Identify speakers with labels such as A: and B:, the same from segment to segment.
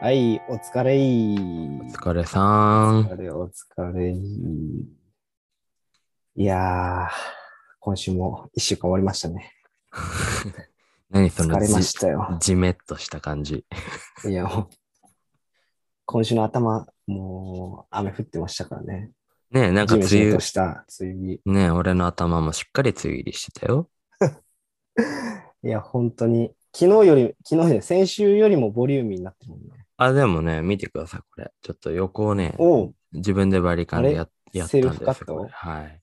A: はい、お疲れい
B: お。疲れさ
A: お
B: ん。
A: 疲れ、お疲れい。いやー、今週も一週間終わりましたね。
B: 何そ
A: 疲
B: の
A: れ
B: じ
A: ましたよ。
B: じめっとした感じ。
A: いや、もう今週の頭、もう雨降ってましたからね。
B: ねえ、なんか
A: ジメジメ
B: 梅雨
A: と、した梅雨に。
B: ねえ、俺の頭もしっかり梅雨入りしてたよ。
A: いや、本当に、昨日より、昨日ね、先週よりもボリューミーになってるもんね。
B: あ、でもね、見てください、これ。ちょっと横をね、
A: おう、
B: 自分でバリカンでややった
A: セ
B: ん
A: ル
B: で
A: フカッ
B: す
A: ト
B: これはい。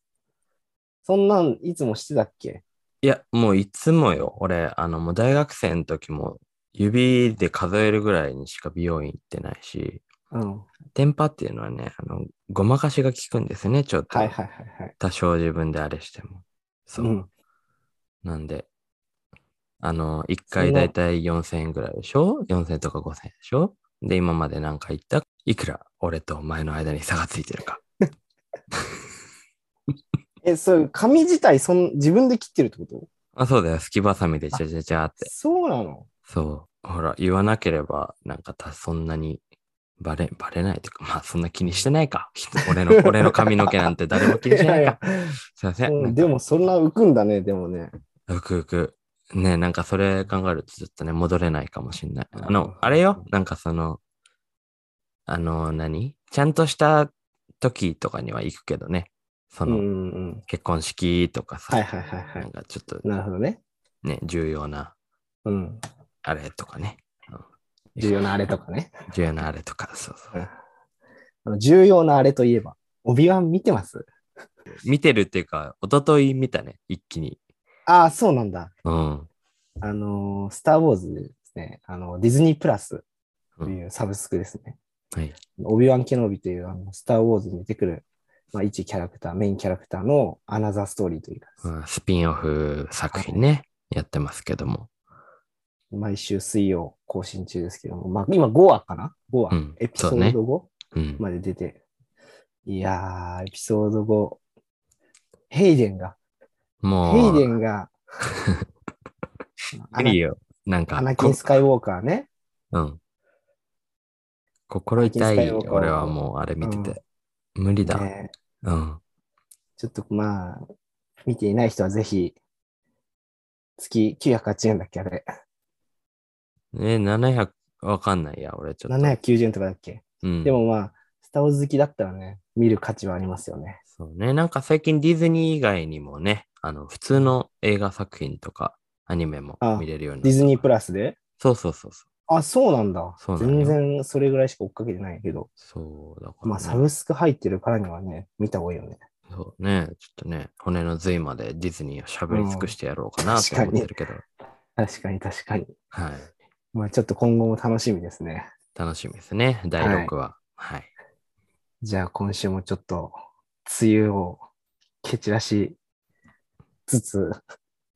A: そんなんいつもしてたっけ
B: いや、もういつもよ。俺、あの、もう大学生の時も指で数えるぐらいにしか美容院行ってないし、
A: うん。
B: テンパっていうのはね、あの、ごまかしが効くんですね、ちょっと。
A: はいはいはいはい。
B: 多少自分であれしても。そう。
A: うん
B: なんで、あの、1
A: そ
B: 回
A: んな
B: だいたい4000円ぐらいでしょ ?4000 円とか5000円でしょで、今まで何回言ったいくら俺とお前の間に差がついてるか。
A: え、そう、髪自体そん、自分で切ってるってこと
B: あ、そうだよ。すきばさみでちゃちゃちゃって。
A: そうなの
B: そう。ほら、言わなければ、なんかた、そんなに、バレ、バレないというか、まあ、そんな気にしてないか。俺の、俺の髪の毛なんて誰も気にしないか。
A: いやいや
B: すいませ
A: う
B: ん。なん ん
A: で
B: か
A: もそんな浮くんだね、でもね。
B: うくうく。ねなんかそれ考えるとちょっとね、戻れないかもしんない。あ
A: うん
B: の、あれよ、なんかその、あの、何ちゃんとした時とかには行くけどね。そ
A: うん
B: の、
A: うんうん。
B: 結婚式とかさ、
A: はいはいはいは
B: なん
A: い。
B: かちょっと
A: なるほどね。
B: ね、重要な
A: うん。
B: あれとかね。
A: 重要なあれとかね。
B: 重要なあれとか、そうそう。
A: あの重要なあれといえば、帯は見てます
B: 見てるっていうか、一昨日見たね、一気に。
A: ああ、そうなんだ。
B: うん。
A: あのースター・ウォーズですね。あの、ディズニープラスというサブスクですね。
B: はい。
A: オビワン・ケノビというあのスター・ウォーズに出てくる、まあ、一キャラクター、メインキャラクターのアナザーストーリーというか、
B: うんスピンオフ作品ね、やってますけども。
A: 毎週水曜更新中ですけども、まあ、今5話かな ?5 話、
B: うん
A: エピソ
B: そうね
A: ード 5?
B: うん。
A: まで出て。いやー、エピソード5。ヘイデンが、ヘ
B: も
A: イ
B: う。
A: デン が、ア
B: 無
A: ナ
B: 理よ。なんか、
A: アナキン・スカイウォーカーね。
B: こうん。心
A: ア
B: 痛
A: ナキンスカイ
B: い、
A: ウォーカー
B: 俺はもうあれ見てて。無理だ。
A: ね
B: うん。
A: ちょっとまあ、見ていない人はぜひ、月980円だっけあれ。
B: え、700、わかんないや、俺ちょっと。
A: 790円とかだっけ、
B: うん。
A: でもまあ、スターウォーズ好きだったらね、見る価値はありますよね。
B: そうね。なんか最近ディズニー以外にもね、あの、普通の映画作品とか、アニメも
A: あ
B: 見れるようにな
A: ディズニープ
B: ラ
A: ラスで
B: そうそうそうそう。
A: あ、そうなんだ。
B: そうなの
A: 全
B: よ
A: 然それぐらいしか追っかけてないけど。
B: そう、だから、ね。
A: まあ、サブスク入ってるからにはね、見た方がいいよね。
B: そうね。ちょっとね、骨の髄までディズニーを喋り尽くしてやろうか
A: う
B: なんと思ってるけど。
A: 確かに確かに。
B: はい。
A: まあ、ちょっと今後も楽しみですね。
B: 楽しみですね。第6話。はい
A: じゃあ今週もちょっと、梅雨を蹴散らしつつ、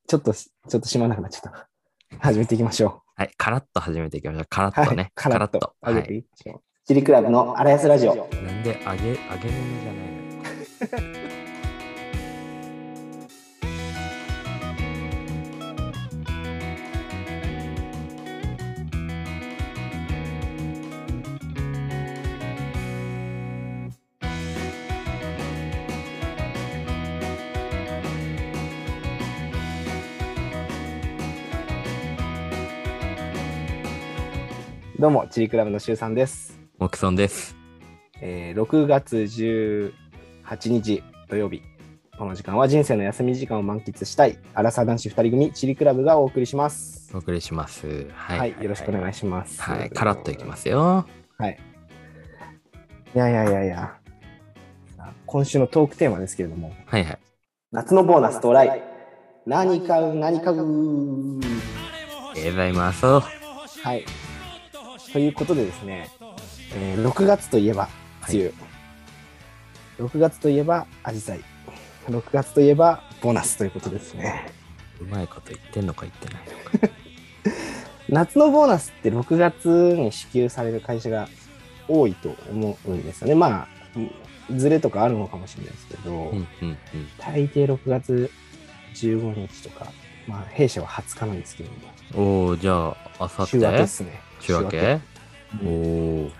A: ちょっとし、ちょっとしまらなくなっちゃった。始めていきましょ
B: はい、カラッと始めていきましょう。カラ
A: う。
B: ッとね。
A: カラッと。
B: カ
A: 始め
B: ラッと
A: ていきましょう。チリクラブの荒安ラジオ。
B: はい。なんで、あげ、あげ物じゃないの
A: どうも、チリクラブのしゅうさんです。
B: モクソンです。
A: えー6月18日土曜日。この時間は人生の休み時間を満喫したい、アラサー男子2人組、チリクラブがお送りします。
B: お送りします。は。
A: はいい、よろしくお願い
B: し
A: します。。
B: はい、カラッといきますすよ。
A: いやいやいやいや。さあ今週のトークテーマですけれども、
B: はいはい。
A: 夏のボーナス到来。何買う何買う
B: えらいまそう。
A: はい。ということでですね、えー6月といえば梅雨、6月といえばアジサイ、6月といえばボーナスということですね。
B: うまいこと言ってんのか言ってないのか。
A: 夏のボーナスって6月に支給される会社が多いと思うんですよね。まあ、ズレとかあるのかもしれないですけど、
B: うんうん
A: 大抵6月15日とか、まあ、弊社は20日なんですけども、
B: うん。おー、じゃあ、あさって
A: 週明けですね。
B: 週明けおおー。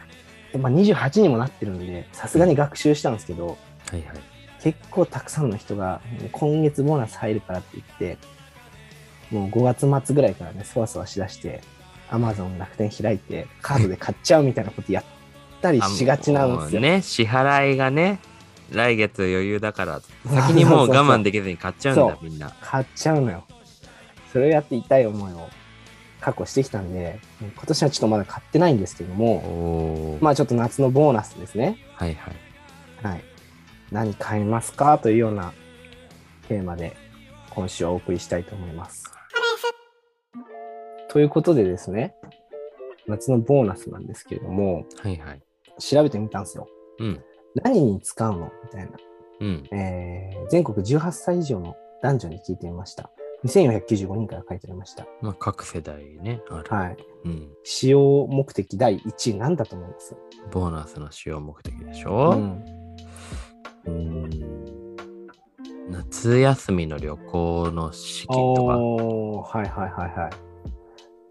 A: でまあ、28にもなってるんで、さすがに学習したんですけど、
B: はいはい。
A: 結構たくさんの人が、今月ボーナス入るからって言って、もう5月末ぐらいからね、そわそわしだして、Amazon 楽天開いて、カードで買っちゃうみたいなことやったりしがちなんですよ。
B: あもうね、支払いがね、来月余裕だから、先にもう我慢できずに買っちゃうん
A: そう
B: だ
A: そ、
B: みんな。
A: 買っちゃうのよ。それをやって痛い思いを過去してきたんで、今年はちょっとまだ買ってないんですけど
B: お
A: も、
B: おー。
A: まあちょっと夏のボーナスですね。
B: はいはい。
A: はい。何買いますかというようなテーマで今週はお送りしたいと思います。ということでですね、夏のボーナスなんですけれども、
B: はいはい。
A: 調べてみたんですよ。
B: うん。
A: 何に使うのみたいな。
B: うん。
A: えー全国18歳以上の男女に聞いてみました。2495人から書いてありました。
B: まあ、各世代ね、ある。
A: はい。
B: うん。
A: 使用目的第1位なんだと思います
B: ボーナスの使用目的でし
A: う
B: ょ、
A: ん。
B: うーん、夏休みの旅行の資金とか。
A: おーはいはいはいはい。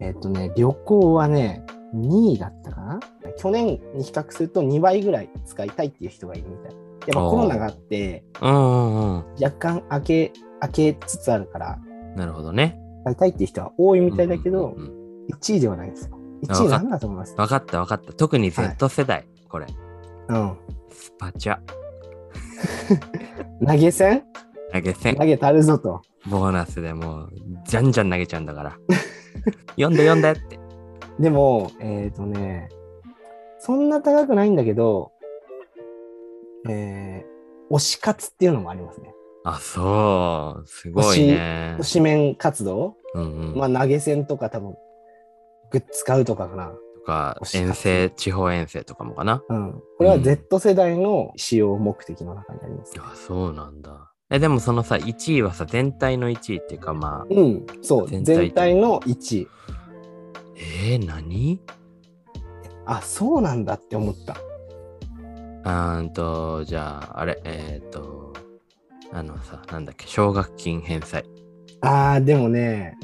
A: えっ、とね、旅行はね、2位だったかな去年に比較すると2倍ぐらい使いたいっていう人がいるみたい。やっぱ
B: あー
A: コロナがあって、
B: うんうんうん。
A: 若干開け、開けつつあるから、
B: なるほどね。
A: 使いたいっていう人は多いみたいだけど、
B: うんうんうん
A: 1位ではないですよ。1位なんだと思います。
B: わかったわかった。特に
A: はい
B: Z 世代、これ。
A: うん。
B: スパチャ。
A: 投げ銭
B: 投げ銭
A: 投。げたるぞと。
B: ボーナスでもう、じゃんじゃん投げちゃうんだから。 読んで読んでって。
A: でも、えっ、とね、そんな高くないんだけど、えー、推し活っていうのもありますね。
B: あ、そう。すごいね
A: 推。し面活動、
B: うんうん。
A: まあ投げ銭とか多分、グッズ買うとかかな。
B: とか
A: 推、し活
B: 遠征、地方遠征とかもかな。
A: うん。これは
B: うん
A: Z 世代の使用目的の中にあります。
B: あ、そうなんだ。え、でもそのさ、1位はさ、全体の1位っていうか、まあ、
A: うん、そう。
B: 全
A: 全
B: 体
A: 体
B: と
A: の1位。
B: えー、何
A: あ、そうなんだって思った。
B: あーんと、じゃあ、あれ、えっ、ー、と、あのさ、なんだっけ、奨学金返済。
A: あー、でもね、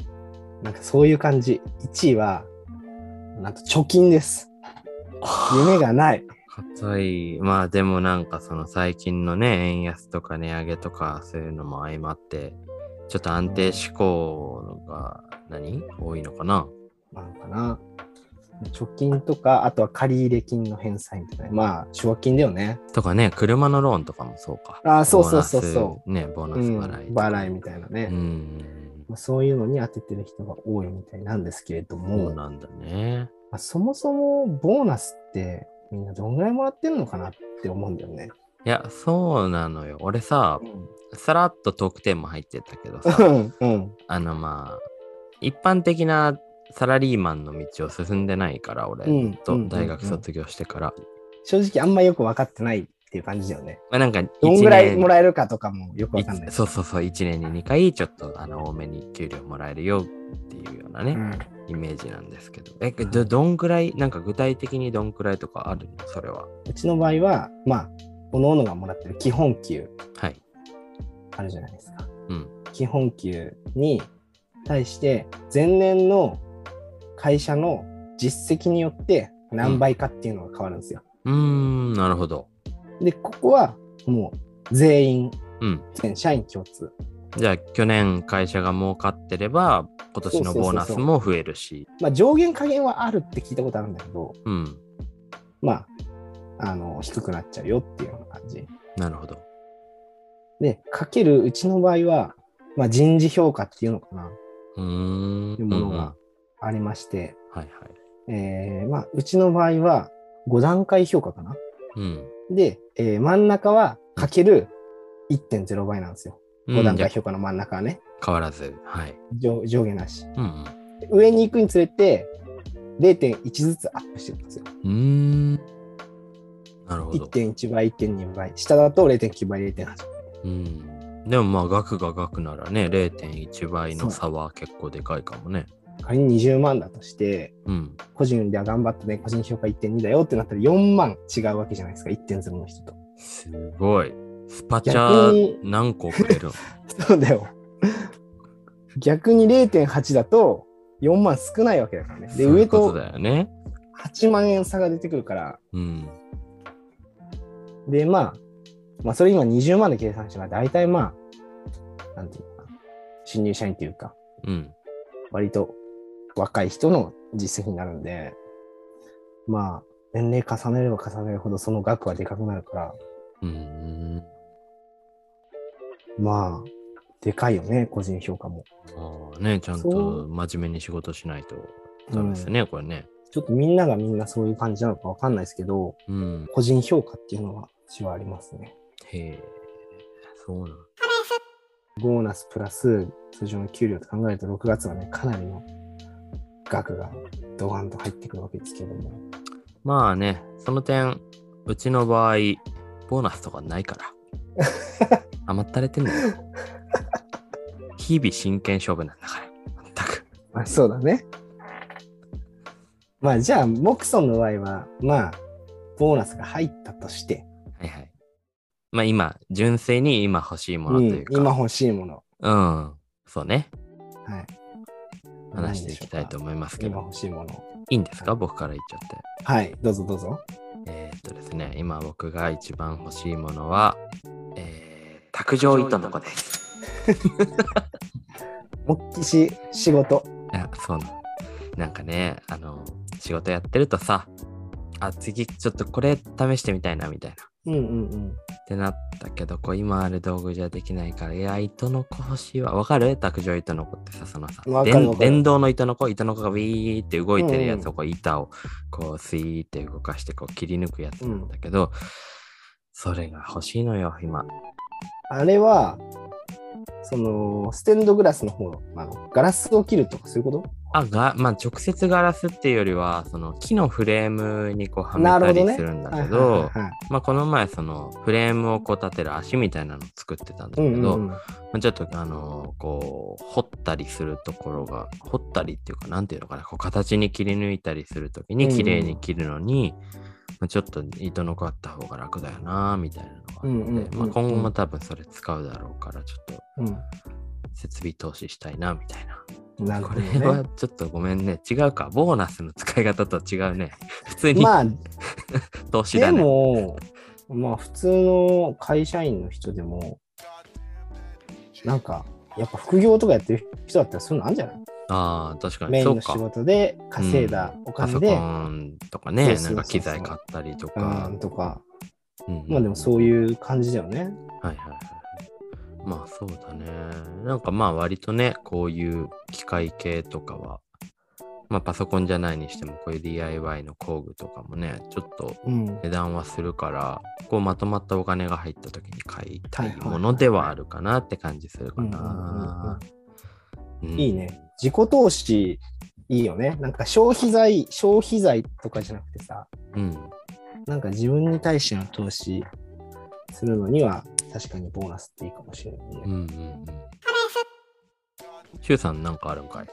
A: なんかそういう感じ。1位は、なんと貯金です。夢がない。
B: 硬い。まあでもなんかその最近のね、円安とか値上げとかそういうのも相まって、ちょっと安定志向が何多いのかな
A: なのかな。貯金とか、あとは借入金の返済みたいな。まあ、奨学金だよね。
B: とかね、車のローンとかもそうか。。
A: ああ、そうそうそうそう
B: ね、ボー
A: う。
B: ナス
A: うん
B: 払い、
A: 払いみ
B: た
A: たいなね。
B: うん。
A: まあ、そういうのに当ててる人が多いみたいなんですけれど
B: そ
A: も、
B: う
A: ま
B: なんだね。
A: あ、そもそもボーナスってみんなどんぐらいもらってるのかなって思うんだよね。
B: いや、そうなのよ。俺さ、さらっとトークテーマ入ってたけどさ
A: う、ん、うん。
B: あのまあ一般的なサラリーマンの道を進んでないから俺、
A: うん
B: ずっと
A: うん
B: 大学卒業してから、
A: 正直あんまよく分かってないっていう感じだよね。
B: まあなんか
A: どんぐらいも
B: え
A: らえるかとかもよく分かんない。
B: そうそうそう1年に2回ちょっとあの多めに給料もらえるよっていうようなね、
A: うん
B: イメージなんですけどえどどんぐらいなんか具体的にどんぐらいとかあるのそれは
A: うちの場合は、まあ、おのおのがもらってる基本給
B: はい
A: あるじゃないですか。
B: うん
A: 基本給に対して前年の会社の実績によって何倍かっていうのが変わるんですよ。
B: うーんなるほど
A: で、ここはもう全員、
B: うん
A: 全社員共通。
B: じゃあ去年会社が儲かってれば今年のボーナスも増えるし
A: まあ上限下限はあるって聞いたことあるんだけど、
B: うん
A: まあ、あの、低くなっちゃうよっていうような感じ。
B: なるほど
A: で、かけるうちの場合は、まあ人事評価っていうのかな、
B: うーん
A: いうもの
B: うんうん
A: がありまして、
B: はいはい
A: えーまあうちの場合は5段階評価かな。
B: うん
A: で、えー真ん中はかける1.0倍なんですよ。
B: う
A: 5
B: ん
A: 段
B: じゃ
A: 階評価の真ん中はね、
B: あ変わらず。はい。
A: 上上下なし。
B: うん
A: で上に行くにつれて、0.1ずつアップしていくんですよ。
B: うん。うーん。なるほど。
A: 1.1倍、1.2倍。下だと0.9倍、0.8倍。
B: うん。でもまあ、額が額ならね、0.1倍の差は結構でかいかもね。
A: 仮に20万だとして、
B: うん。
A: 個人では頑張ったね、個人評価1.2だよってなったら4万違うわけじゃないですか、1.0の人と。
B: すごい。スパチ
A: 逆
B: ャ
A: に
B: 何個くれる
A: そうだよ。逆に0.8だと4万少ないわけだからね。で、
B: そうい
A: 上
B: うこと
A: と
B: だよね。
A: 8万円差が出てくるから、
B: うん。
A: で、まあ、まあ、それ今20万で計算したら、大体まあ、なんていうのかな、新入社員というか、
B: うん。
A: 割と若い人の実績になるんで、まあ、年齢重ねれば重ねるほどその額はでかくなるから、
B: うん。
A: まあ、でかいよね、個人評価も。
B: ああね、ちゃん
A: そう
B: と真面目に仕事しないとダメですね、これね。
A: ちょっとみんながみんなそういう感じなのかわかんないですけど、
B: うん。
A: 個人評価っていうのは、私はありますね。
B: へえ、そうなん。
A: ボーナスプラス通常の給料と考えると、6月はね、かなりの額がドガンと入ってくるわけですけども。
B: まあね、その点、うちの場合、ボーナスとかないから。甘ったれてんだよ。日々真剣勝負なんだから。まったく。
A: まあ、そうだね。まあ、じゃあ、モクソンの場合は、まあ、ボーナスが入ったとして、
B: はいはい。まあ今、純粋に今欲しいもの
A: う
B: と
A: ん
B: いうか。
A: 今欲しいもの、
B: うん、そうね。
A: はい。
B: 話していきたいと
A: 思
B: 思いますけ
A: 今
B: ど。
A: 欲しいもの。
B: いいんですか僕から言っちゃって。
A: はい、どうぞどうぞ。
B: えーっとですね、今僕が一番欲しいものは、えー、卓上糸の子です。
A: モッキシ仕事。
B: あ、そうなの。なんかね、あの、仕事やってるとさ、あ、次ちょっとこれ試してみたいな、みたいな。
A: うんうんうん。
B: ってなったけど、こう今ある道具じゃできないから、いや、糸の子欲しいわ。わかる卓上糸の子ってさ、そのさ
A: わ、かるわか
B: 電
A: る
B: 電動の糸の子、糸の子がウィーって動いてるや
A: うん
B: つを、こう板をこうスイーって動かしてこう切り抜くやつなんだけど、それが欲しいのよ、今。
A: あれは、その、ステンドグラスの方なの。ガラスを切るとかそういうこと
B: あが、まあ、直接ガラスっていうよりは、その木のフレームにこうはめ
A: なる
B: た
A: ほど
B: り
A: ね
B: するんだ
A: はい
B: け
A: はいは
B: ど、
A: いはい
B: まあ、この前、そのフレームをこう立てる足みたいなのを作ってた
A: う
B: んだけど、
A: んうんうん。
B: まあ、ちょっとあのこう掘ったりするところが掘ったりっていうかなんていうのかなこう形に切り抜いたりするときに
A: うんうん
B: 綺麗に切るのに、まあ、ちょっと糸のこあった方が楽だよなみたいなのがあって、
A: うんうんうんうん
B: まあ、今後も多分それ使うだろうからちょっと
A: う
B: 設備投資したいなみたいな、
A: ん。なる
B: こ
A: ほ
B: れ
A: ど
B: は
A: ね。
B: ちょっとごめんね違うかボーナスの使い方とは違うね 普通に
A: まあ、
B: 投資
A: で
B: だね、
A: も、まあ普通の会社員の人でも、なんか、やっぱ副業とかやってる人だったらそういうのあるんじゃない
B: ああ確か
A: メ
B: に
A: イ
B: そ
A: ン
B: う
A: の仕
B: か
A: 事で稼いだお
B: パ
A: 金
B: ソ
A: で、
B: コ
A: うん
B: ンとかね
A: そうそうそうそう
B: なんか機材買ったりとか、
A: とか、
B: うんうん
A: まあでもそういう感じだよね。
B: はいはいはい。まあそうだね。なんかまあ割とね、こういう機械系とかは、まあパソコンじゃないにしても、こういう DIY の工具とかもね、ちょっと
A: うん。
B: 値段はするから、こうまとまったお金が入った時に買いた
A: はいいはいはい
B: ものではあるかなって感じするか
A: うんうんうん
B: な。うん
A: いい。ね。自己投資、いいよね。なんか消費財、消費財とかじゃなくてさ、
B: うん。
A: なんか自分に対しての投資するのには、確かにボーナスっていいかもしれないね。
B: うんうんうん。シュウさんなんかあるんかい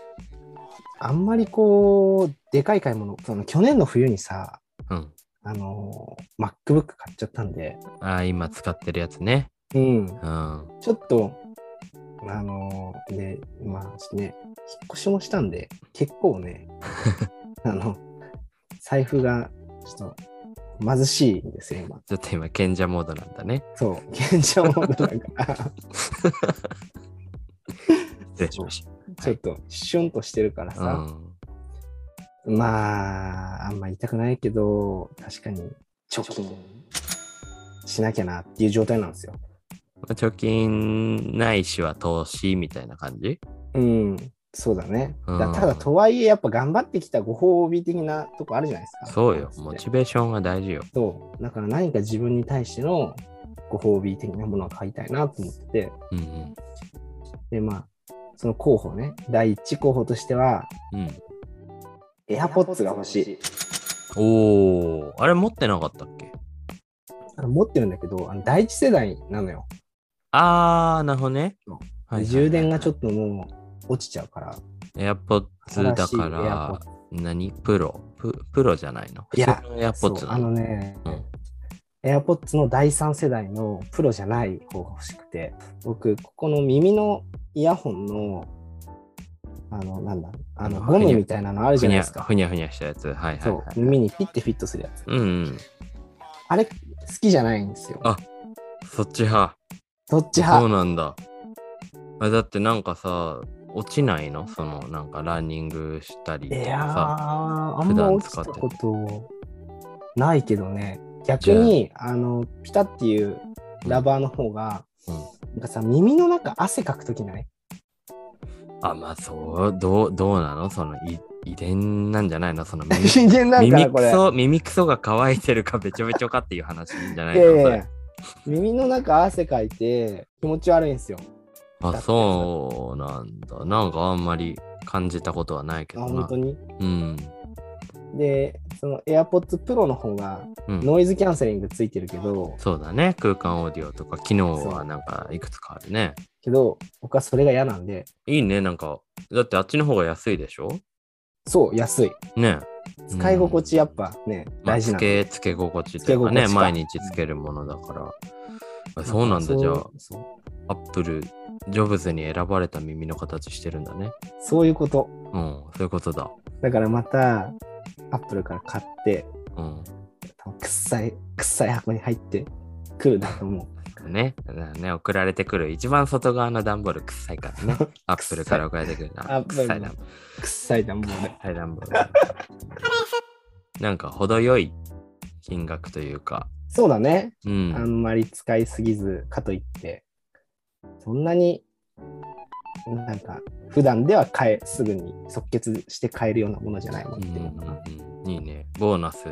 A: あんまりこう、でかい買い物、その去年の冬にさ、
B: うん。
A: あのー、MacBook 買っちゃったんで、
B: ああ、今使ってるやつね。
A: うん、
B: うん。
A: ちょっと、あのー、で、まあ、ちょっとね、引っ越しもしたんで、結構 ね、あの、財布がちょっと貧しいんですよ、今。
B: ちょっと今、賢者モードなんだね。
A: そう、現状もだ から、
B: 失礼しました。
A: ちょっと、シュンとしてるから
B: う
A: さ、
B: ん
A: まあ、あんま言いたくないけど、確かに、貯金しなきゃなっていう状態なんですよ。
B: まあ貯金ないしは投資みたいな感じ
A: うん、そうだね。
B: うん
A: だただ、とはいえ、やっぱ頑張ってきたご褒美的なとこあるじゃないですか。
B: そうよ。
A: も
B: モチベーションが大事よ。
A: そう。だから何か自分に対してのご褒美的なものを買いたいなと思ってて、
B: うん
A: で、まあ、その候補ね、第一候補としては、
B: うん。うん、
A: AirPods が欲しい。
B: おー、あれ持ってなかったっけ
A: あの持ってるんだけど、あの第一世代なのよ。
B: あー、なるほどね
A: そう。
B: はい
A: で充電がちょっ
B: と。
A: ともう落ちちゃうから。
B: AirPods だ
A: 新
B: か
A: しい
B: ら、何プロププロじゃないの
A: いや
B: 普通の AirPods
A: そう
B: な
A: あ
B: の
A: のね、
B: うん
A: AirPods の第三世代のプロじゃない方が欲しくて、僕、ここの耳のイヤホンの、あの、なんだ、あの、
B: あ
A: ゴムみたいなのあるじゃ
B: ふ
A: な
B: に
A: い
B: ゃ
A: ですか。
B: ふにゃふにゃしたやつ。はいはい、
A: そ
B: は
A: う、
B: い。
A: 耳にピッてフィットするやつ。
B: うんうん。
A: あれ、好きじゃないんですよ
B: あ。そっち派。
A: どっち
B: そう
A: 派
B: なんだ。あだってなんかさ、落ちないのそのなんかランニングしたり
A: い
B: とか
A: やー、
B: さ。
A: あん
B: 普
A: ま
B: 段
A: 落ち
B: 使
A: た
B: ってる
A: ことないけどね。逆に、あの、ピタっていうラバーの方が、
B: うん
A: なんかさ、耳の中汗かくときない
B: あ、まあそう、どう、どうなのそのい遺伝なんじゃないのその耳
A: 人間 なんかな、
B: 耳
A: こ
B: ク
A: れ。
B: ソ、耳クソが乾いてるかべちょべちょかっていう話じゃない
A: いやい
B: のそ
A: やい
B: れ
A: や。耳の中汗かいて気持ち悪いんですよ。
B: あ、そうなんだ。なんかあんまり感じたことはないけ
A: あ
B: ど
A: 本
B: な
A: 当。に。
B: うん。
A: で、その AirPods Pro の方が
B: うん、
A: ノイズキャンセリングついてるけど、
B: そうだね。空間オーディオとか、機能はなんかいくつかあるね。
A: けど僕はそれが嫌なんで、
B: いいね、なんか。だってあっちの方が安いでしょ
A: そう、安い。
B: ね。
A: 使い心地やっぱね、
B: まあ
A: 大事
B: つ
A: なの。
B: け、つけ心地というかね、
A: つけ心地か
B: 毎日つけるものだから。あそうなんだ、じゃあ
A: そう。そう
B: アップル、ジョブズに選ばれた耳の形してるんだね。
A: そういうこと。
B: うん、そういうことだ。
A: だからまた、Apple から買って、
B: うん。
A: 多分臭い、臭い箱に入ってくるんだと思う。
B: ね、だからね、送られてくる一番外側の段ボール臭いから ね。アップルから送られてくる
A: ア
B: な。
A: ップ
B: 臭
A: ル
B: い
A: の
B: 段
A: 臭い段ボール。
B: はい、ランボー。なんか程よい金額というか、
A: そうだね。
B: う
A: あ
B: ん、
A: んまり使いすぎず、かといって、そんなに、なんか、普段では買え、すぐに即決して買えるようなものじゃないも
B: うんん
A: っていうのかな。
B: うんうんいいね。ボーナス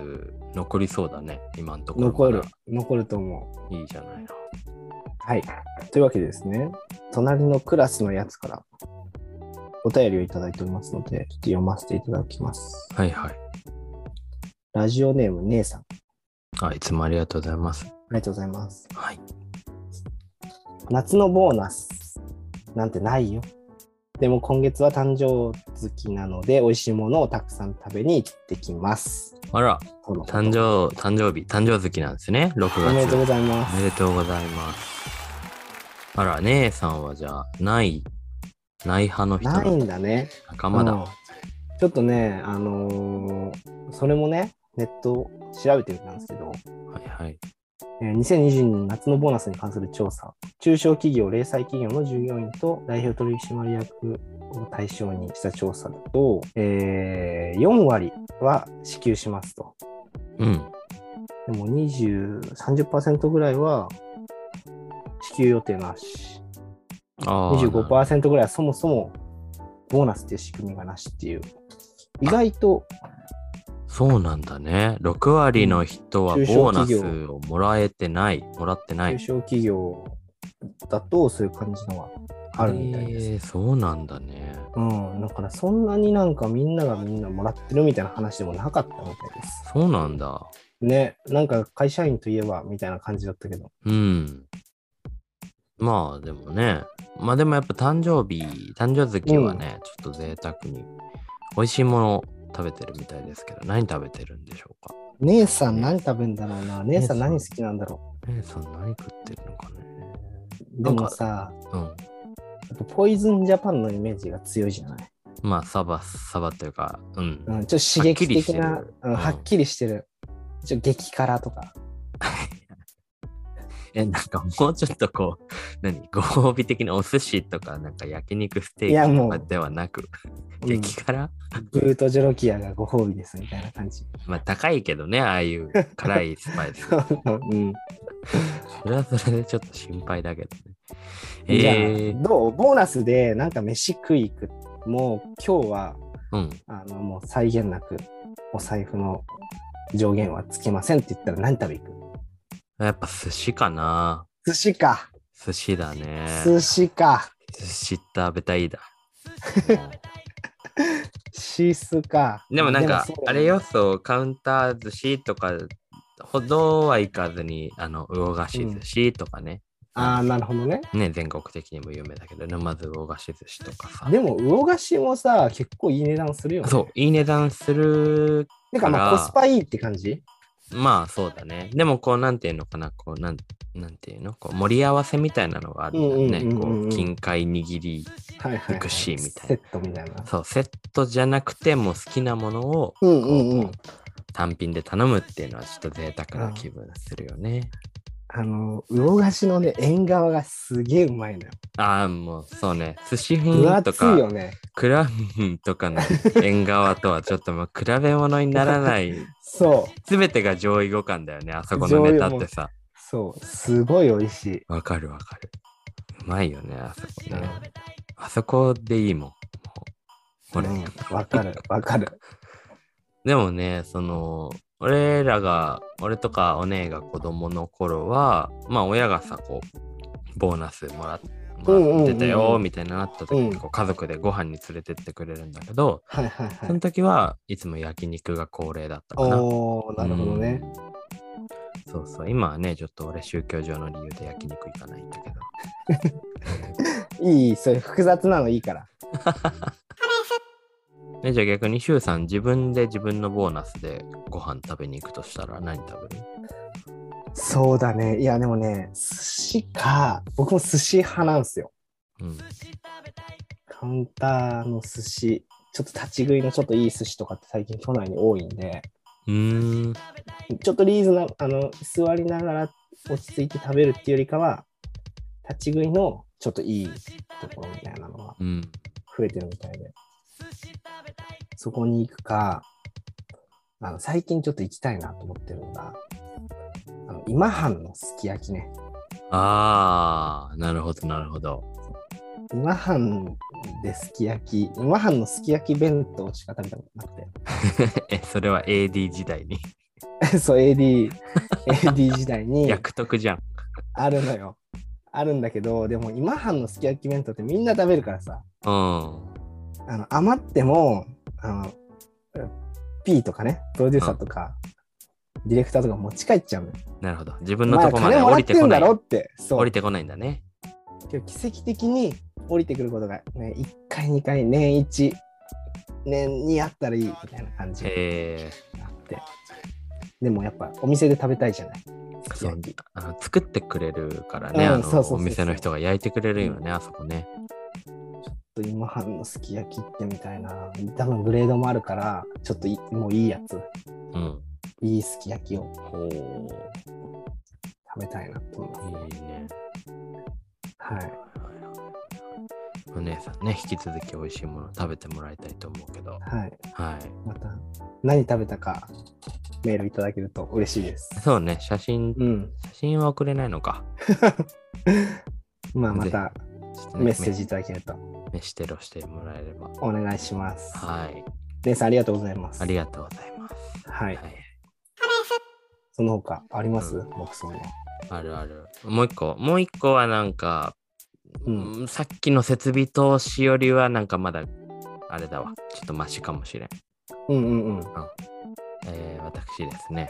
B: 残りそうだね、今のところ。
A: 残る、残ると思う。
B: いいじゃないの。
A: はい。というわけでですね、隣のクラスのやつからお便りをいただいておりますので、ちょっと読ませていただきます。
B: はいはい。
A: ラジオネーム、姉さん。あ
B: あ、いつもありがとうございます。
A: りがとうございます。
B: はい。
A: 夏のボーナスなんてないよ。でも今月は誕生月なので美味しいものをたくさん食べに行ってきます。
B: あら、
A: とのこと
B: 誕生、誕生日、誕生月なんですね、6月。
A: おめでとうございま
B: お
A: す。
B: めでとうございます。あら、姉さんはじゃあ、ない、ない派の人
A: な
B: だ
A: いんだね。
B: 仲間だ。
A: うんちょっとね、あのーそれもね、ネットを調べてみたんですけど、
B: はいはい。
A: えー2022年夏のボーナスに関する調査、中小企業、零細企業の従業員と代表取締役を対象にした調査だと、えー4割は支給しますと。
B: うん。
A: でも20、30%ぐらいは支給予定なし、
B: ああ。
A: 25%ぐらいはそもそもボーナスっていう仕組みがなしっていう、意外と
B: そうなんだね。6割の人は
A: 中小
B: ボーナ
A: 企業
B: スをもらえてない、もらってない
A: 中。小企業だとそういう感じのがあるみたいです。
B: えーそうなんだね。
A: うん、だからそんなになんかみんながみんなもらってるみたいな話でもなかったみたいです。
B: そうなんだ。
A: ね、なんか会社員といえばみたいな感じだったけど。
B: うん。まあでもね。まあでもやっぱ誕生日、誕生月はね、ちょっと贅沢に美味しいものを食べてるみたいですけど、何食べてるんでしょうか。
A: 姉さん何食べんだろうな姉さん何好きなんだろ
B: 姉さん何食ってるのかね。
A: うでもさ、
B: うん。
A: やっぱポイズンジャパンのイメージが強いじゃない、
B: まあサバ、サバというか、うん
A: う。ん、ちょっと刺激的
B: は
A: な
B: っきりしてる、
A: うん、はっきりしてる。ちょっと激辛とか。
B: え、なんかもうちょっとこう、 何ご褒美的にお寿司とか、なんか焼肉ステ
A: い
B: ー
A: や
B: キと
A: も
B: か
A: う
B: ではなく、
A: うん
B: 激辛、
A: ブートジョロキアがご褒美ですみたいな感じ。
B: まあ高いけどね、ああいう辛いスパイス。
A: うん
B: それはそれでちょっと心配だけどね。
A: じゃあ
B: えー、
A: どうボーナスでなんか飯食い行く。もう今日は
B: うん。
A: あのもう際限なくお財布の上限はつけませんって言ったら何食べ行く
B: やっぱ寿司かな。
A: 寿司か、
B: 寿司だね。
A: 寿司か
B: 寿司食べ たいだ。
A: シースか
B: でもなんか
A: そう、
B: あれよ、そう、カウンター寿司とかほどはいかずに、あの、魚菓子寿司とかね。
A: ああなるほどね
B: ね、全国的にも有名だけど、沼津魚菓子寿司とかさ。
A: でも魚菓子もさ結構いい値段するよね
B: そう、いい値段する。
A: てかまあ
B: から
A: コスパいいって感じ
B: まあそうだね。でもこうなんていうのかな、こうなんなんていうのこう盛り合わせみたいなのがあるんだよ
A: う
B: ね。
A: んうんうん
B: こ
A: うんうん
B: う金塊握り。
A: はいはい、はい。
B: 美しいみたいな
A: セットみたいな。
B: そう、セットじゃなくてもう好きなものを
A: うん
B: こ
A: う
B: うん
A: うん。
B: 単品で頼むっていうのはちょっと贅沢な気分するよね。
A: あの、魚菓子のね、縁側がすげえうまいのよ。
B: ああ、もうそうね。寿司
A: 分
B: 風と
A: 厚いよ
B: か、
A: ね。
B: クランとかの縁側とはちょっともう比べ物にならない。
A: そう。
B: すべてが上位互換だよね。あそこのネタってさ。
A: そう。すごい美味しい。
B: わかるわかる。うまいよね、あそこね。
A: うん
B: あそこでいいもん。もう俺
A: うんわかる、わかる。
B: でもね、その、俺らが、俺とかお姉が子供の頃は、まあ親がさ、こう、ボーナスもらっもらってた
A: うんうんうんう
B: よ、
A: ん
B: みたいななった時に、こう家族でご飯に連れてってくれるんだけど、
A: はいはいは
B: その
A: い。
B: 時はいつも焼肉が恒例だったかな。
A: おおなるほどね。
B: うん。そうそう、今はね、ちょっと俺宗教上の理由で焼肉行かないんだけど。
A: いい、そういう複雑なのいいから。
B: ね、じゃあ逆に、シュウさん、自分で自分のボーナスでご飯食べに行くとしたら何食べる
A: そうだね。いや、でもね、寿司か、僕も寿司派なんですよ。
B: うん。
A: カウンターの寿司、ちょっと立ち食いのちょっといい寿司とかって最近都内に多いんで、
B: うーん。
A: ちょっとリーズナあの、座りながら落ち着いて食べるっていうよりかは、立ち食いのちょっといいところみたいなのが
B: うん。
A: 増えてるみたいで。そこに行くか、あの、最近ちょっと行きたいなと思ってるのが、あの、今半のすき焼きね。
B: ああ、なるほど、なるほど。
A: 今半ですき焼き、今半のすき焼き弁当しか食べたことなく
B: え、それは AD 時代に。
A: て。 そう、AD、AD 時代 に
B: 役得じゃん。
A: あるのよ。あるんだけど、でも今半のすき焼き弁当ってみんな食べるからさ、
B: うん。
A: あの余っても、あの、P とかね、プロデューサーとか、ディレクターとか持ち帰っちゃうのよ。
B: なるほど。自分
A: お
B: の
A: 前
B: とこまで
A: 金も
B: 降
A: らっ
B: りて
A: て
B: こ
A: ん
B: な
A: だ
B: い。
A: ろって、そ
B: 降
A: う
B: り。てこないんだね。
A: けど奇跡的に降りてくることが、ね、1回、2回、年1、年2あったらいいみたいな感じ。
B: え
A: あってでもやっぱお店で食べたいじゃない
B: ー、
A: すき
B: そう
A: 焼き
B: あの作ってくれるからね、
A: うんそ
B: あ
A: うそうそうそ
B: の
A: う
B: お店の人が焼いてくれるよね、あそこね。
A: ちょっと今半のすき焼き行ってみたいな多分グレードもあるからちょっといもういいやつ
B: うん。
A: いいすき焼きを
B: ほう。
A: 食べたいなと思います、
B: いいね。
A: はい
B: お姉さんね、引き続き美味しいもの食べてもらいたいと思うけ
A: は
B: ど、
A: い
B: は
A: また何食べたかメールいただけると嬉しいです
B: い。そうね、写真、
A: うん
B: 写真は送れないのか。
A: まあまた
B: ちょっとね
A: メッセージいただけると
B: メメシテロしてもらえれば。
A: お願いします
B: はい。
A: 姉さんありがとうございます
B: ありがとうございます。
A: はい
B: はい。
A: その他あります、
B: うん
A: 僕そういうの
B: あるある。もう一個。もう一個はなんか、
A: うん
B: うんさっきの設備投資よりはなんかまだ、あれだわ。ちょっとマシかもしれん。
A: うんうんうん
B: えー私ですね。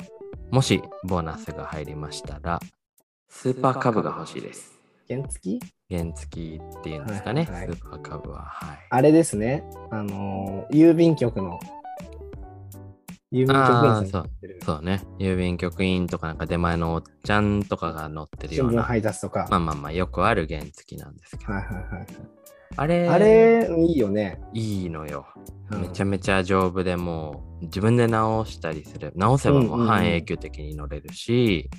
B: もしボーナスが入りましたら、スーパーカブが欲しいです。
A: 原付き
B: 原付きっていうんですかね、
A: はいはいはい
B: スーパーカブは。はい。
A: あれですね、あのー郵便局の、郵便局員さんがやってる
B: そうね、郵便局員とかなんか出前のおっちゃんとかが乗ってる
A: 新
B: よう
A: 聞
B: な、
A: 配達とか。
B: まあまあまあよくある原付きなんですけど、
A: はいはいはい
B: あれ
A: あれ、いいよね。
B: いいのよ。
A: うん
B: めちゃめちゃ丈夫でもう自分で直したりする。直せばも
A: うんうんう
B: うん半永久的に乗れるし、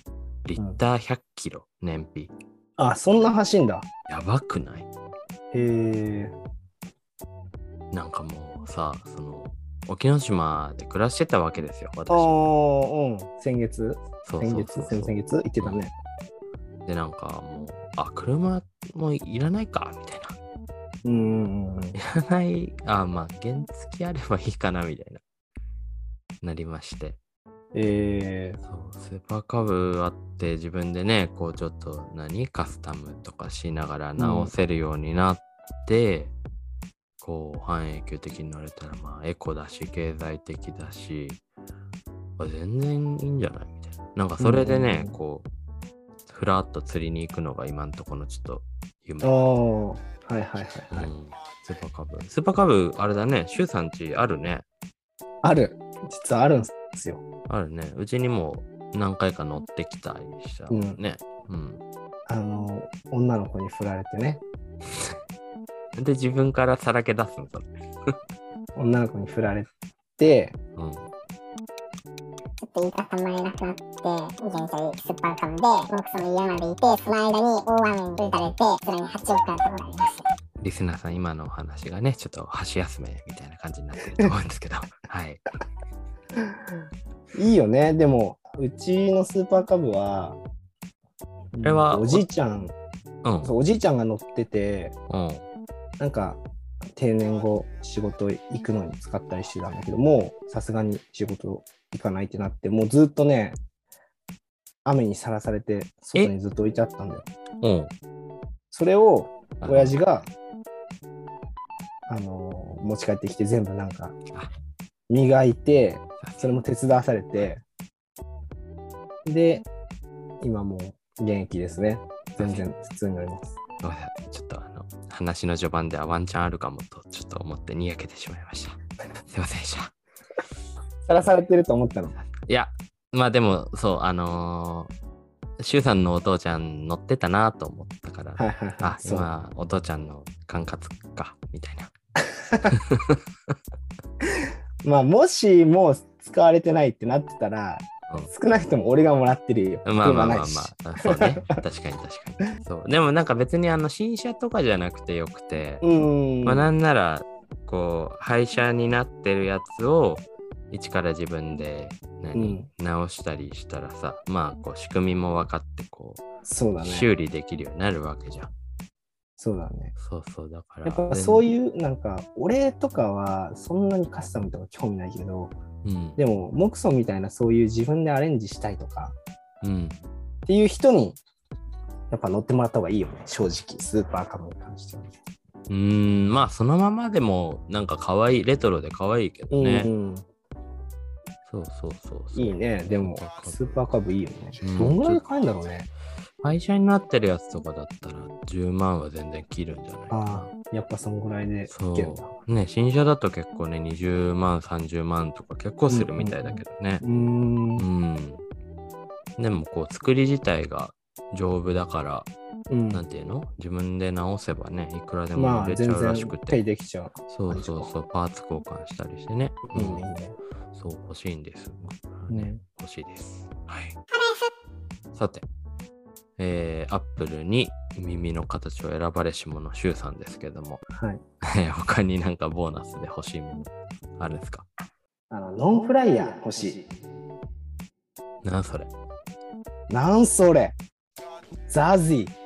B: リッター100キロ燃費。
A: あ、そんな走んだ。
B: やばくない
A: へえ。
B: なんかもうさ、その、沖ノ島で暮らしてたわけですよ、私。
A: ああ、うん。先月、
B: そう
A: 先
B: そう
A: 月
B: そう、
A: 先々月行ってたね。
B: で、なんかもう、あ、車もいらないか、みたいな。
A: うんうんうんうん。
B: いらない、あ、まあ、原付きあればいいかな、みたいな。なりまして。
A: ええ。
B: そうスーパーカブあって自分でねこうちょっと何カスタムとかしながら直せるようになって、こう半永久的に乗れたらまあエコだし経済的だしあ全然いいんじゃないみたいななんかそれでね、
A: うん
B: こうふらっと釣りに行くのが今のところのちょっと夢、
A: ああ、はいはいはいは
B: う
A: い。
B: んスーパーカブスーパーカブあれだねシュウさんちあるね
A: ある。実はあるんですよ。
B: あるねうちにも何回か乗ってきたりしたもんね。うん。
A: あの、女の子に振られてね、
B: で、自分からさらけ出すの、それ。
A: 女の子に振られて、
B: うん。
C: ちょっと言い方もえなくなって、現在スーパーカムで、もうクソの家までいて、その間に大雨に打たれて、それに8億なったことがあります。
B: リスナーさん、今のお話がね、ちょっと箸休めみたいな感じになってると思うんですけ ど、はい。
A: いいよね、でも、うちのスーパーカブは、
B: れは
A: うんおじいちゃん、
B: うん。
A: そうおじいちゃんが乗ってて、
B: うん。
A: なんか、定年後、仕事行くのに使ったりしてたんだけど、もうさすがに仕事行かないってなって、もうずっとね、雨にさらされて、外にずっと置いてあったんだよ。
B: うん。
A: それを、親父が、あのー持ち帰ってきて全部なんか
B: あ
A: 磨いてそれも手伝わされてで今もう現役ですね全然普通に乗ります
B: ごめんなさいちょっとあの、話の序盤ではワンチャンあるかもと、ちょっと思ってにやけてしまいま した。すいませんでした。
A: さらされてると思ったの
B: いや、まあでも、そう、あのー、シュウさんのお父ちゃん乗ってたなと思ったから、
A: はいはいはい
B: あ、
A: そう
B: 今、お父ちゃんの管轄か、みたいな。
A: まあもしもう使われてないってなってたら、
B: うん
A: 少なくとも俺がもらってるよ
B: まあまあまあ
A: 言わ
B: ま
A: ないし
B: あ、そうね。確かに確かに。 そう。でもなんか別にあの新車とかじゃなくてよくて、
A: うーん、
B: まあなんなら、こう、廃車になってるやつを、一から自分で何、直したりしたらさ、まあこう仕組みも分かって、こ
A: そうだ
B: う、
A: ね
B: 修理できるようになるわけじゃん。
A: そうだね
B: そうそう、だから。
A: やっぱそう
B: う。
A: いうなんか俺とかはそんなにカスタムとか興味ないけど
B: うん。
A: でもモクソンみたいなそういう自分でアレンジしたいとか
B: うん、
A: っていう人にやっぱ乗ってもらった方がいいよね正直スーパーカブに関しては、
B: うーんまあそのままでもなんか可愛いレトロで可愛いけどね、
A: うん
B: そうそうそうそう
A: いいねでもスーパーカブいいよね、
B: うん
A: どんぐらいで買えるんだろうね
B: 廃車になってるやつとかだったら10万は全然切るんじゃないか
A: あ
B: な
A: あやっぱそんぐらいでい
B: そ
A: けるんだ
B: うね新車だと結構ね20万30万とか結構するみたいだけどね
A: うーん
B: うん、でもこう作り自体が丈夫だから、
A: うん
B: なんていうの自分で直せばねいくらでも
A: まあ
B: 入れちゃ
A: 全
B: うらし
A: 然
B: くて、
A: ペイできちゃう
B: そうそうそうパーツ交換したりしてね、
A: いい
B: うん
A: ねいいね
B: そう欲しいんです、
A: ね
B: 欲しいです。はい。さて、えー、アップルに耳の形を選ばれし者、シュウさんですけども、
A: はい
B: えー他になんかボーナスで欲しいものあるんですか
A: あのノンフライヤー欲しい
B: なんそれ
A: なんそれザ ジー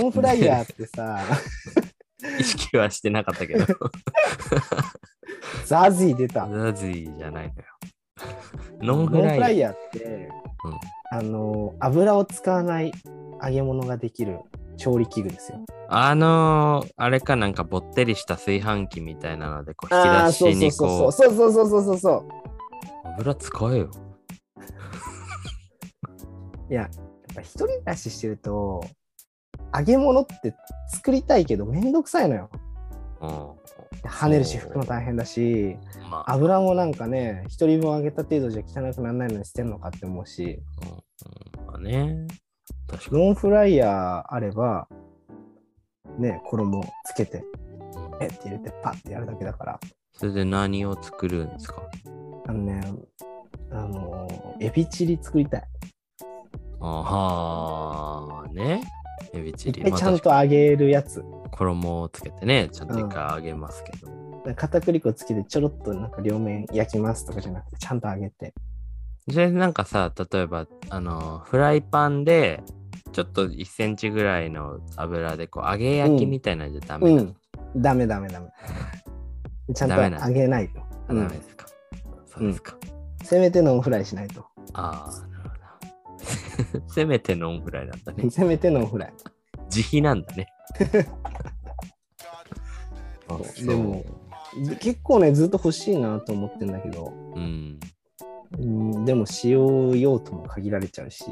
A: ノンフライヤーってさ
B: 意識はしてな かったけど、
A: ザジー出た
B: ザズイじ ゃないのよ。ノ
A: ノ
B: ン
A: ン
B: フ
A: フ
B: ライ
A: ラ
B: ヤー
A: イヤーって、あの油を使わない揚げ物ができる調理器具ですよ。
B: あのー、あれかなんかぼってりした炊飯器みたいなので、こう引
A: ああー、
B: き出しに
A: そう
B: こう、
A: そうそうそうそうそうそうそ
B: 油使えよ。
A: う。いや、やっぱ一人暮らししてると揚げ物って作りたいけどめんどくさいのよ。
B: うん。
A: 跳ねるし拭くの大変だし
B: まあ、
A: 油もなんかね一人分揚げた程度じゃ汚くならないのに捨てんのかって思うし
B: うんうんまあね。確かに。
A: ノンフライヤーあればね衣つけて
B: うん
A: ペッて入れてパッてやるだけだから
B: それで何を作るんですか
A: あのね、あのーエビチリ作りたい。
B: あはーね。エビチ
A: いっ
B: リ。
A: ぱい
B: まあ
A: ちゃん
B: 確か
A: と揚げるやつ。
B: に衣をつけてね、ちゃんと一回揚げますけど。
A: 片栗粉つけてちょろっとなんか両面焼きますとかじゃなくて、ちゃんと揚げて。
B: それでなんかさ、例えば、あの、フライパンで、ちょっと1センチぐらいの油で、こう、揚げ焼きみたいなのじゃダメ
A: う
B: なの、
A: ん。ダメダメダメ。ちゃんと
B: ダメな
A: 揚げないと。
B: あ
A: う
B: ダ
A: ん
B: メですか。そうですか。
A: せめてノンフライしないと。
B: ああ、なるほど。せ めてノンフライなんだね。
A: せめてノンフライ。
B: 自費なんだ ね。あ
A: でも、で結構ね、ずっと欲しいなと思ってんだけど、
B: うん。
A: うん、でも使用用途も限られちゃうし、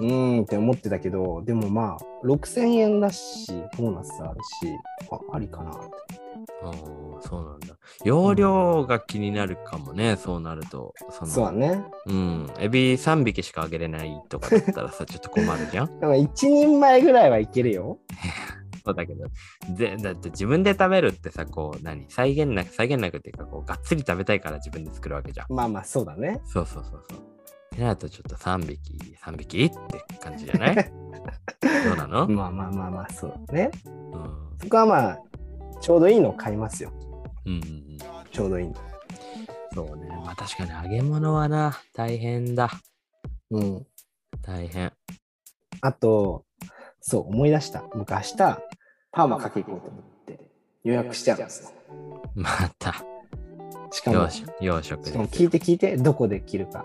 A: うーんって思ってたけど、でもまあ、6000円だし、ボーナスあるし、あありかなって。
B: ああ、そうなんだ。容量が気になるかもね、そうなると。その
A: そうだね。
B: うん。エビ3匹しかあげれないとかだったらさ、 ちょっと困るじゃん。
A: でも一人前ぐらいはいけるよ。
B: そうだけどぜだって自分で食べるってさ、こう、何再現なく、再現なくっていうか、こう、がっつり食べたいから自分で作るわけじゃん。
A: まあまあ、そうだね。
B: そうそうそうそう。ってなると、ちょっと3匹、3匹って感じじゃ ないどうなの、
A: まあまあまあまあ、そうだね。
B: うん、うん
A: そこはまあ、ちょうどいいのを買いますよ。
B: うんうん。
A: ちょうどいいの。
B: そうね。まあ確かに揚げ物はな、大変だ。
A: うん。
B: 大変。
A: あと、そう、思い出した。僕、明日、パーマかけ行こうと思って予約してあるんですよ。
B: また、
A: しか
B: 養
A: も、
B: 殖養殖
A: しかも
B: です
A: 聞
B: よ
A: い。て聞いて、どこで切るか。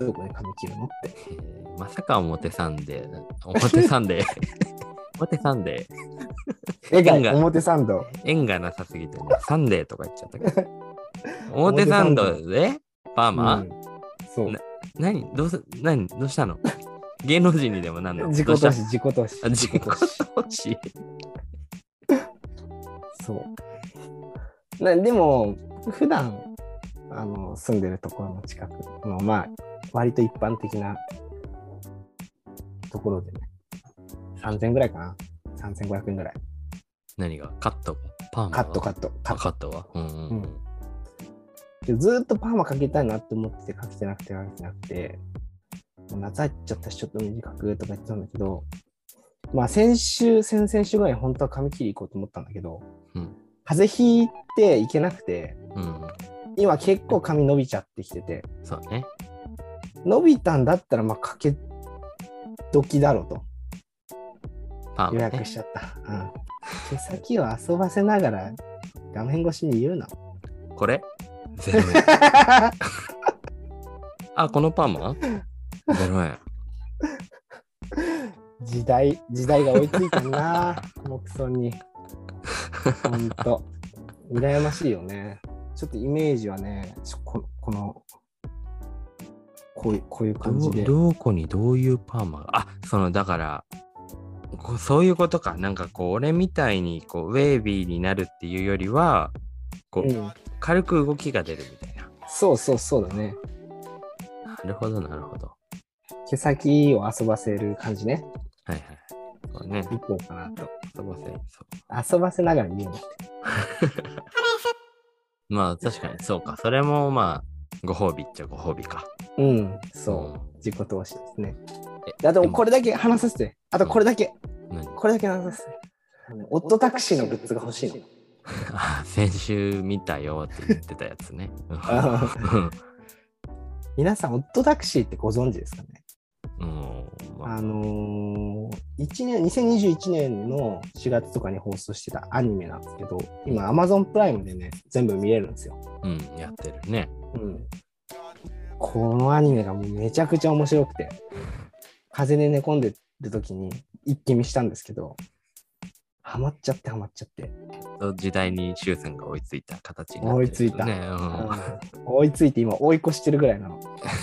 A: どこで髪切るのって。
B: えーまさか表参で、表 参で、表参で、
A: え
B: が
A: が表参道。
B: 縁がなさすぎて、ね、サンデーとか言っちゃった けど。表参道でパーマ、
A: うんそう
B: な。何どうす、何どうしたの芸能人にでもなんの
A: 自己
B: どう
A: 投
B: し
A: 資、
B: た
A: 自己投資。
B: あ自己投
A: 自己資
B: 資。
A: そう。なでも、普段あの住んでるところの近くの、まあ、割と一般的なところでね、3000ぐらいかな。3500円ぐらい。
B: 何がカットパーマ
A: カットカ
B: ッ
A: ット。カ
B: カ
A: ット
B: ットはうんうんうん。
A: でずーっとパーマかけたいなって思ってて、かけてなくて、かけてなくて、もう夏入っちゃったし、ちょっと短くとか言ってたんだけど、まあ、先週、先々週ぐらいに本当は髪切り行こうと思ったんだけど、
B: うん
A: 風邪ひいて行けなくて、
B: うんうん。
A: 今結構髪伸びちゃってきてて、
B: そうね。
A: 伸びたんだったら、まあ、かけ時だろうと。
B: パー
A: 予
B: マ、
A: 約
B: ね。
A: しちゃった。うん。毛先を遊ばせながら、画面越しに言うな。
B: こ れゼロ円。 あ、このパーマゼロ円。
A: 時代、時代が追いついたな、 木村に。ほんと。羨ましいよね。ちょっとイメージはね、ちょここの、こういう、こういう感じで。
B: どうどこにどういうパーマがあそのだからこうそういうことかなんかこう俺みたいにこうウェービーになるっていうよりはこう、
A: うん、
B: 軽く動きが出るみたいな
A: そうそうそうだね。
B: なるほどなるほど
A: 毛先を遊ばせる感じね。
B: はいはいそうね
A: いこうかなと。
B: 遊ばせるそ
A: 遊ばせながら言うな。
B: うまあ確かにそうかそれもまあご褒美っちゃご褒美か
A: うん、そう。自己投資ですね。
B: え
A: あと、
B: でも
A: これだけ話させて。あと、これだけ。
B: 何
A: これだけ話させて。あのオットタクシーのグッズが欲しいの。
B: あ先週見たよって言ってたやつね う ん
A: あ皆さん、オットタクシーってご存知ですかね
B: うんま
A: あ
B: あ
A: のー、1年2021年の4月とかに放送してたアニメなんですけど今 Amazon プライムでね全部見れるんですよ、
B: うんやってるね
A: うん、このアニメがもうめちゃくちゃ面白くて風邪で寝込んでる時に一気見したんですけどハマっちゃってハマっちゃって、
B: 時代に周さんが追いついた形になってるけどね、うん
A: うん追いついて今追い越してるぐらいなの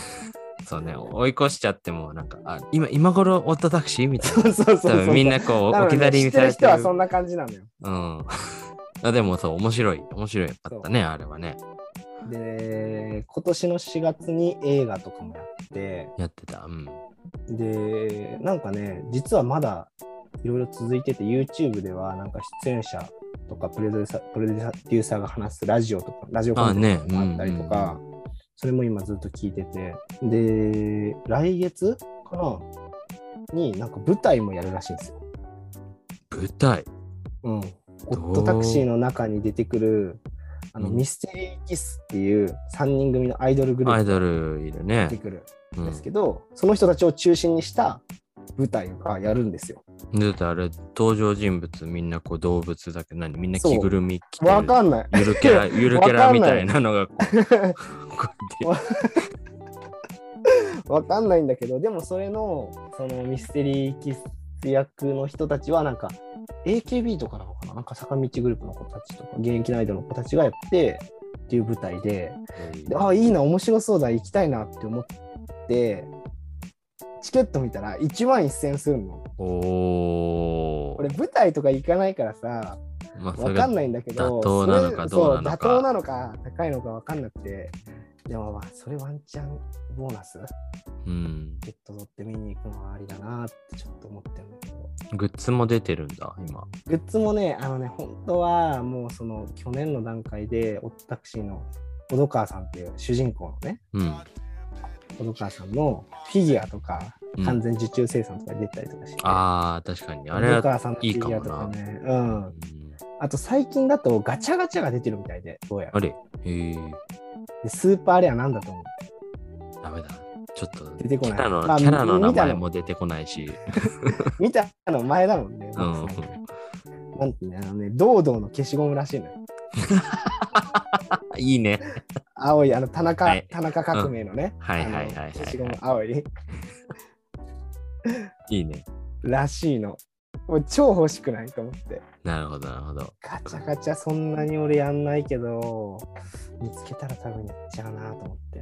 B: そうね、追い越しちゃっても、なんか、あ今、今頃、オットタクシーみたい
A: そうそう
B: な。多
A: そう
B: 分みんなこう、
A: 多分
B: 置き去
A: ね
B: り
A: 知
B: に
A: って
B: さ
A: る
B: れて
A: 人
B: る。
A: はそんな感じなのよ
B: うん。 あでもそう、面白い、面白いかったね、あれはね。
A: で今年の4月に映画とかもやって
B: やってた。うん。
A: で、なんかね、実はまだいろいろ続いてて、YouTube ではなんか出演者とかプロデューサープロデューサーが話すラジオとか、ラジオコンテンツもあったりと
B: ああ
A: か、それも今ずっと聞いてて、で、来月かなになんか舞台もやるらしいんですよ。
B: 舞台。
A: うん。オットタクシーの中に出てくる、あの
B: うん
A: ミステリーキスっていう3人組のアイドルグルー
B: アイ
A: プが
B: ドルいる
A: 出て
B: ね。
A: くる
B: うん
A: で
B: ん
A: す、けど、その人たちを中心にした舞台がやるんですよ。
B: だってあれ、登場人物、みんなこう、動物だけど、何みんな着ぐるみ着て
A: わか
B: る。
A: んない。
B: ゆるキャ ラ、ゆるキャラみたいなのがこう、こうやって
A: わかんないんだけど、でもそれの、そのミステリーキス役の人たちは、なんか、AKB とかなのかななんか坂道グループの子たちとか、現役のアイドルの子たちがやって、っていう舞台で、でああ、いいな、面白そうだ、行きたいなって思って、チケット見たら1万1000するの。
B: おー。
A: 俺、舞台とか行かないからさ、
B: まあ、そ
A: わ
B: れ
A: か
B: が
A: んないんだけど、
B: 妥当なのか
A: それ
B: どうなのか
A: そう、妥当なのか、高いのかわかんなくて、でもまあ、それワンチャンボーナス
B: うん。
A: ゲット取って見に行くのはありだなってちょっと思ってるんだけど、
B: グッズも出てるんだ、今。
A: グッズもね、あのね、本当はもうその去年の段階で、オッタクシーの小戸川さんっていう主人公のね、
B: うん。
A: 小戸川さんのフィギュアとか、
B: うん
A: 完全受注生産とか出たりとかして、
B: ああ、確かに。あ
A: 小
B: れ
A: 戸
B: は、
A: 川さんのフィギュアとかね、うん。
B: うん
A: あと最近だとガチャガチャが出てるみたいで、どうや
B: あ
A: ら。
B: れへえ、
A: でスーパーレアなんだと思う
B: ダメだ。ちょっと、
A: 出てこない
B: キャラの、
A: まあ
B: キャラの名
A: 見た
B: 前
A: の
B: も出てこな いし。
A: 見たの前だもんね。
B: う
A: なん
B: ん
A: か。なんてね、あのね、堂々の消しゴムらしいのよ。
B: いいね。
A: 青い、あの、田中、
B: はい
A: 田中革命のね。
B: はいはいはいはい
A: あ
B: はい
A: の消しゴム青い
B: いいね。
A: らしいの。もう超欲しくないと思って。
B: なるほど、なるほど。
A: ガチャガチャそんなに俺やんないけど、見つけたら多分やっちゃうなと思って。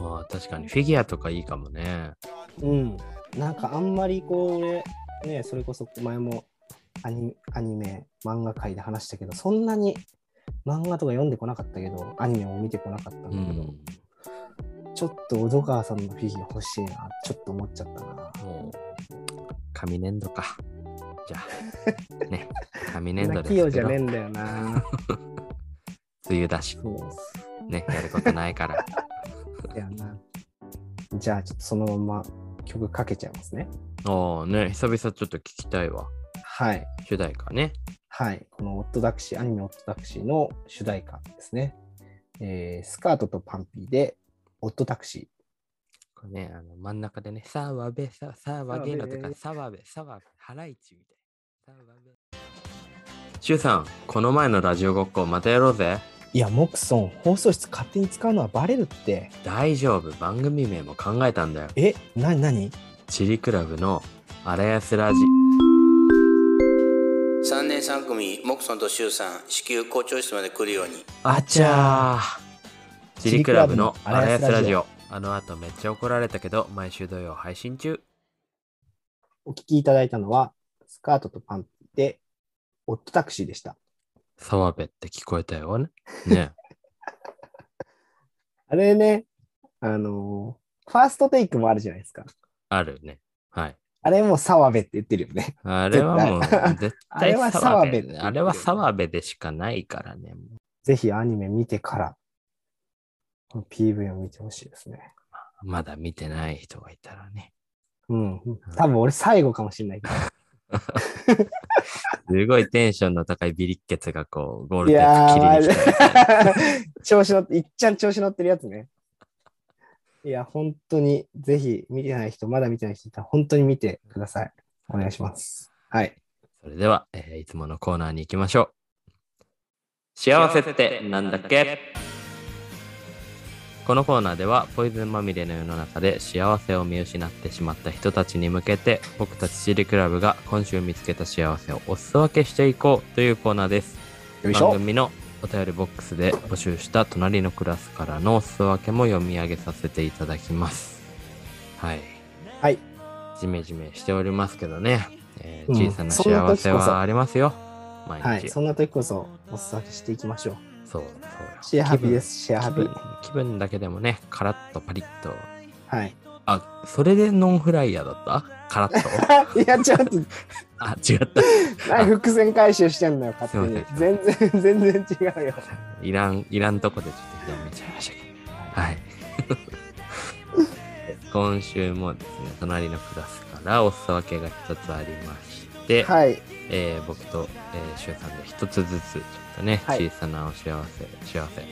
B: ああ、確かに。フィギュアとかいいかもね。
A: うん。なんかあんまりこう、俺、ね、それこそ前もアニアニメ、漫画界で話したけど、そんなに漫画とか読んでこなかったけど、アニメも見てこなかったんだ
B: う
A: けど、
B: ん。
A: ちょっと小戸川さんのフィギュア欲しいな、ちょっと思っちゃったな。
B: もう、紙粘土か。じゃ あ、ね、紙粘
A: そんな器
B: 土です
A: 用
B: け
A: じゃ
B: ど、
A: ねえ
B: 梅
A: んだよ な。
B: 雨だし、
A: そう
B: ね、やることない から。
A: だよな。じゃあ、ちょっとそのまま曲かけちゃいますね。
B: ああ、ね、久々ちょっと聞きたいわ。
A: はい。
B: 主題歌ね。
A: はい。このオットダクシー、アニメオットダクシーの主題歌ですね。えースカートとパンピーで、オットタクシ
B: これね、あの真ん中でね、澤部、さ澤部のとか、澤部、澤部、ハライチみたいな。澤部しゅうさん、この前のラジオごっこまたやろうぜ。
A: ー。いや、モクソン、放送室勝手に使うのはバレるって。
B: 大丈夫、番組名も考えたんだよ。
A: え、なになに
B: チリクラブのアラヤスラジ。
D: 3年3組モクソンとシュウさん至急校長室まで来るように
B: あちゃーチリクラブのアラヤスラ
A: チリクラブのアラヤスラ
B: ジ
A: ジ
B: オ。あの後めっちゃ怒られたけど、毎週土曜配信中。
A: お聞きいただいたのは、スカートとパンピーで、オットタクシーでした。
B: 澤部って聞こえたよね。ね。
A: あれね、あのーファーストテイクもあるじゃないですか。
B: あるね。はい。
A: あれも澤部って言ってるよね。
B: あれはもう
A: 絶対
B: 絶
A: あ
B: 対
A: れは
B: 澤
A: 澤
B: 部
A: 部って
B: あれは澤部でしかないからね。
A: ぜひアニメ見てから、この PV を見てほしいですね。
B: まだ見てない人がいたらね。
A: うん。多分俺最後かもしれないけど。
B: すごいテンションの高いビリッケツがこう、ゴール
A: い
B: テー
A: や
B: プ切り
A: ー、
B: に来たりして
A: 調子乗って、いっちゃん調子乗ってるやつね。いや、本当に、ぜひ見てない人、まだ見てない人いたら、本当に見てください。お願いします。はい。
B: それでは、えーいつものコーナーに行きましょう。幸せってなんだっけこのコーナーではポイズンまみれの世の中で幸せを見失ってしまった人たちに向けて僕たちチリクラブが今週見つけた幸せをお裾分けしていこうというコーナーです。
A: よいし
B: 番
A: ょ。
B: 組のお便りボックスで募集した隣のクラスからのお裾分けも読み上げさせていただきますはい
A: はい
B: ジメジメしておりますけどね、え
A: う
B: ー
A: ん
B: 小さな
A: そんな
B: 幸
A: 時
B: せ
A: こそ
B: はありますよ毎日、
A: はい。
B: そ
A: そんな時こそ、お裾分けしていきましょう。
B: うそうよ
A: シェアハビです、シェアハ
B: 気
A: ビ
B: 分。気分だけでもねカラッとパリッと
A: はい。
B: あそれでノンフライヤーだったカラ ッと
A: いや、ちょっと、
B: あ違った
A: 何伏線回収してんのよ、勝手に
B: す。い
A: 全然、全然違うよ。
B: いらん、いらんとこでちょっと広めちゃいましたけど。はい。 今週もですね、隣のクラスからお裾分けが一つありまして、
A: はい。
B: えー僕と、えー、シュウさんで一つずつ、ちょっとね、
A: はい
B: 小さなお幸せ、幸せ、ね、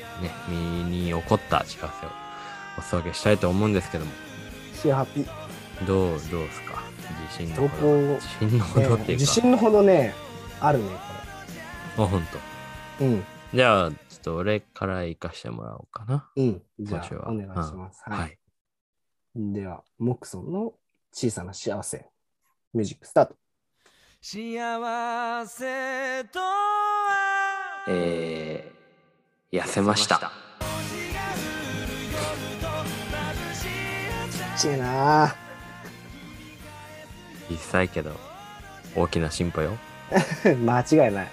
B: 身に起こった幸せをお裾分けしたいと思うんですけども、
A: シェアハピ。
B: どう、どうですか自信のほ
A: どこ
B: ど。自信のほどっていうか、
A: 自信のほどね、あるね、
B: あ、ほんと。
A: これ。うん。
B: じゃあ、ちょっと俺から行かしてもらおうかな。
A: うん。じゃ
B: 今週は
A: あ、お願いします。
B: は。
A: はいい。では、モクソンの小さな幸せ。ミュージックスタート。
E: 幸せとは
B: えー、痩せました。
A: ちっちゃいなぁ。
B: 小さいけど、大きな進歩よ。
A: 間違いない。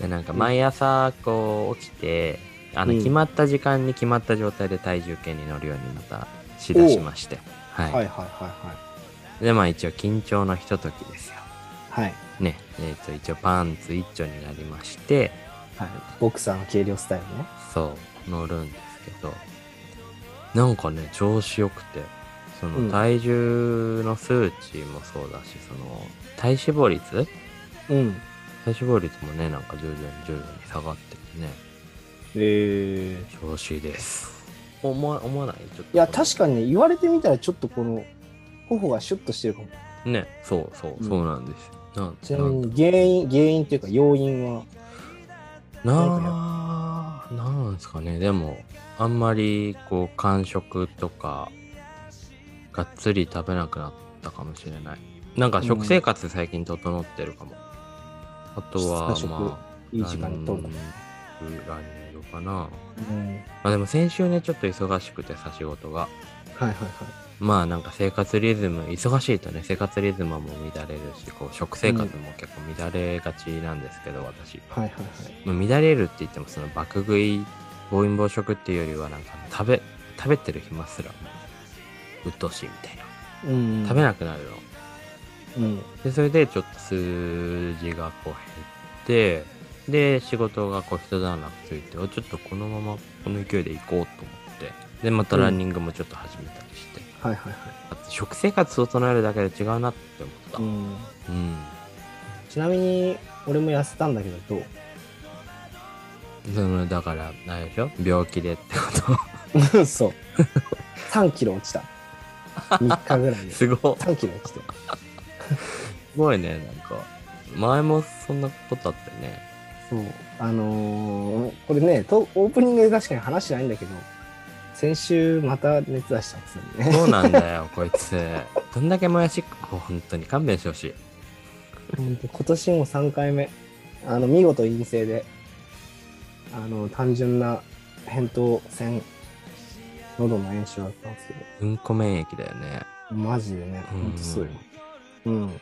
B: でなんか毎朝こう起きて、あの
A: うん
B: 決まった時間に決まった状態で体重計に乗るようにまたしだしまして、はい
A: はいはいは
B: でまあ一応緊張のひとときですよ。
A: いはい。はい。
B: ね、えっ、と一応パンツ一丁になりまして
A: はい、ボクサーの軽量スタイルね。
B: そう乗るんですけどなんかね調子よくてそうの
A: ん
B: 体重の数値もそうだし、その体脂肪率体
A: うん。
B: 脂肪率もねなんか徐々に徐々に下がっててね
A: ええ
B: 調子いいです思わ思わないちょっと
A: いや、確かにね、言われてみたらちょっとこの、頬がシュッとしてるかも。
B: にねそうそう、
A: うん
B: そうなんですよなん
A: ちなみ
B: なん
A: に原因、原因っていうか要因は、
B: なあなんですかねでもあんまりこう間食とかがっつり食べなくなったかもしれないなんか食生活最近整ってるかも、あとは
A: 質な食
B: まあ
A: いい時間にとる
B: ランニングランニングかなま
A: うん。
B: あでも先週ねちょっと忙しくてさ仕事が
A: はいはいはい。
B: まあなんか生活リズム忙しいとね生活リズムも乱れるしこう食生活も結構乱れがちなんですけど、私
A: はいはいはい。
B: まあ乱れるって言ってもその爆食い暴飲暴食っていうよりはなんかあの食べ食べてる暇すらもう鬱陶しいみたいな
A: うん
B: 食べなくなるの、
A: うん。
B: でそれでちょっと数字がこう減ってで仕事がこう一段落ついておちょっとこのままこの勢いで行こうと思ってでまたランニングもちょっと始めたりして、
A: はいはいはい。
B: あと食生活を整えるだけで違うなって思った
A: うん。
B: うん、
A: ちなみに、俺も痩せたんだけど、どう
B: そのだからあれでしょ病気でってこ
A: うんそう。3キロ落ちた。3日ぐらい
B: と
A: で。
B: すごっ
A: 3キロ落ちて。
B: すごいね、なんか。前もそんなことあったよね。
A: そう。あのーこれねと、オープニングで確かに話してないんだけど、先週また熱出したんですよね。
B: そうなんだ よ、こいつ。どんだけもやしっこ、本当に勘弁してほしい。
A: 本当今年も3回目。あの、見事陰性で、あの、単純な扁桃腺、喉の炎症だったんですけ
B: うんこ免疫だよね。
A: ど、マジでね、本当そうよ。うん。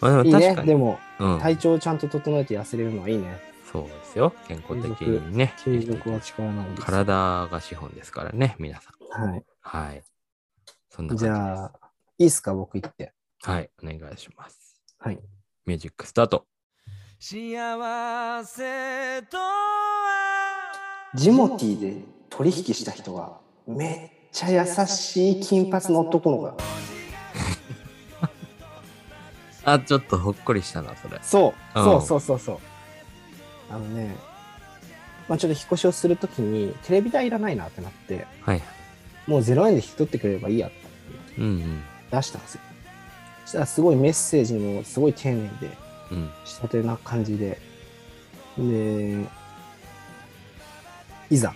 B: まあで
A: い
B: も
A: い
B: 確
A: ね。
B: かに。
A: でも、
B: うん、
A: 体調をちゃんと整えて痩せれるのはいいね。
B: そうですよ。健康的にね。
A: 継続は力なんです。
B: 体が資本ですからね、皆さん。
A: はい。
B: はい。そんな感じ
A: じ
B: です。
A: ゃあ、いいっすか、僕行って。
B: はい、お願いします。
A: はい。
B: ミュージックスタート。
E: 幸せとは
A: ジモティーで取引した人は、めっちゃ優しい金髪の男の子だ。
B: あ、ちょっとほっこりしたな、それ。
A: そう、
B: うん
A: そうそうそうそう。あのね、まあ、ちょっと引っ越しをするときに、テレビ台いらないなってなって、
B: はい。
A: もう0円で引き取ってくれればいいやって
B: うんうん。
A: 出したんですよ。そしたらすごいメッセージもすごい丁寧で、
B: うん。
A: 仕立てな感じで。で、いざ、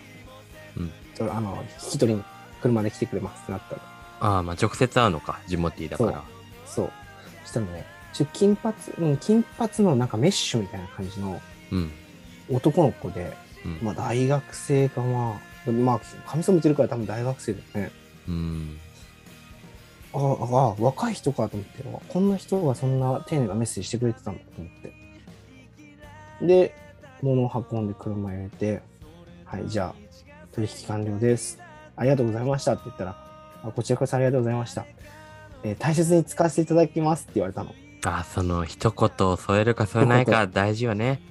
B: うん
A: ちょあの引き取りに車で来てくれますってなったら、
B: ああ、まあ直接会うのか、ジモティーだから。
A: そう。そしたらね、ちょ金髪、うん、金髪のなんかメッシュみたいな感じの
B: うん。
A: 男の子で、
B: うん。
A: まあ大学生かまあ、まあ、髪染めてるから多分大学生だよね。
B: うん。
A: ああ、あ若い人かと思って、あこんな人がそんな丁寧なメッセージしてくれてたんだと思って。で、物を運んで車に入れて、はい、じゃあ、取引完了です。ありがとうございましたって言ったら、あこちらこそありがとうございました。えー大切に使わせていただきますって言われたの。
B: あ、その一言を添えるか添えないか大事よね。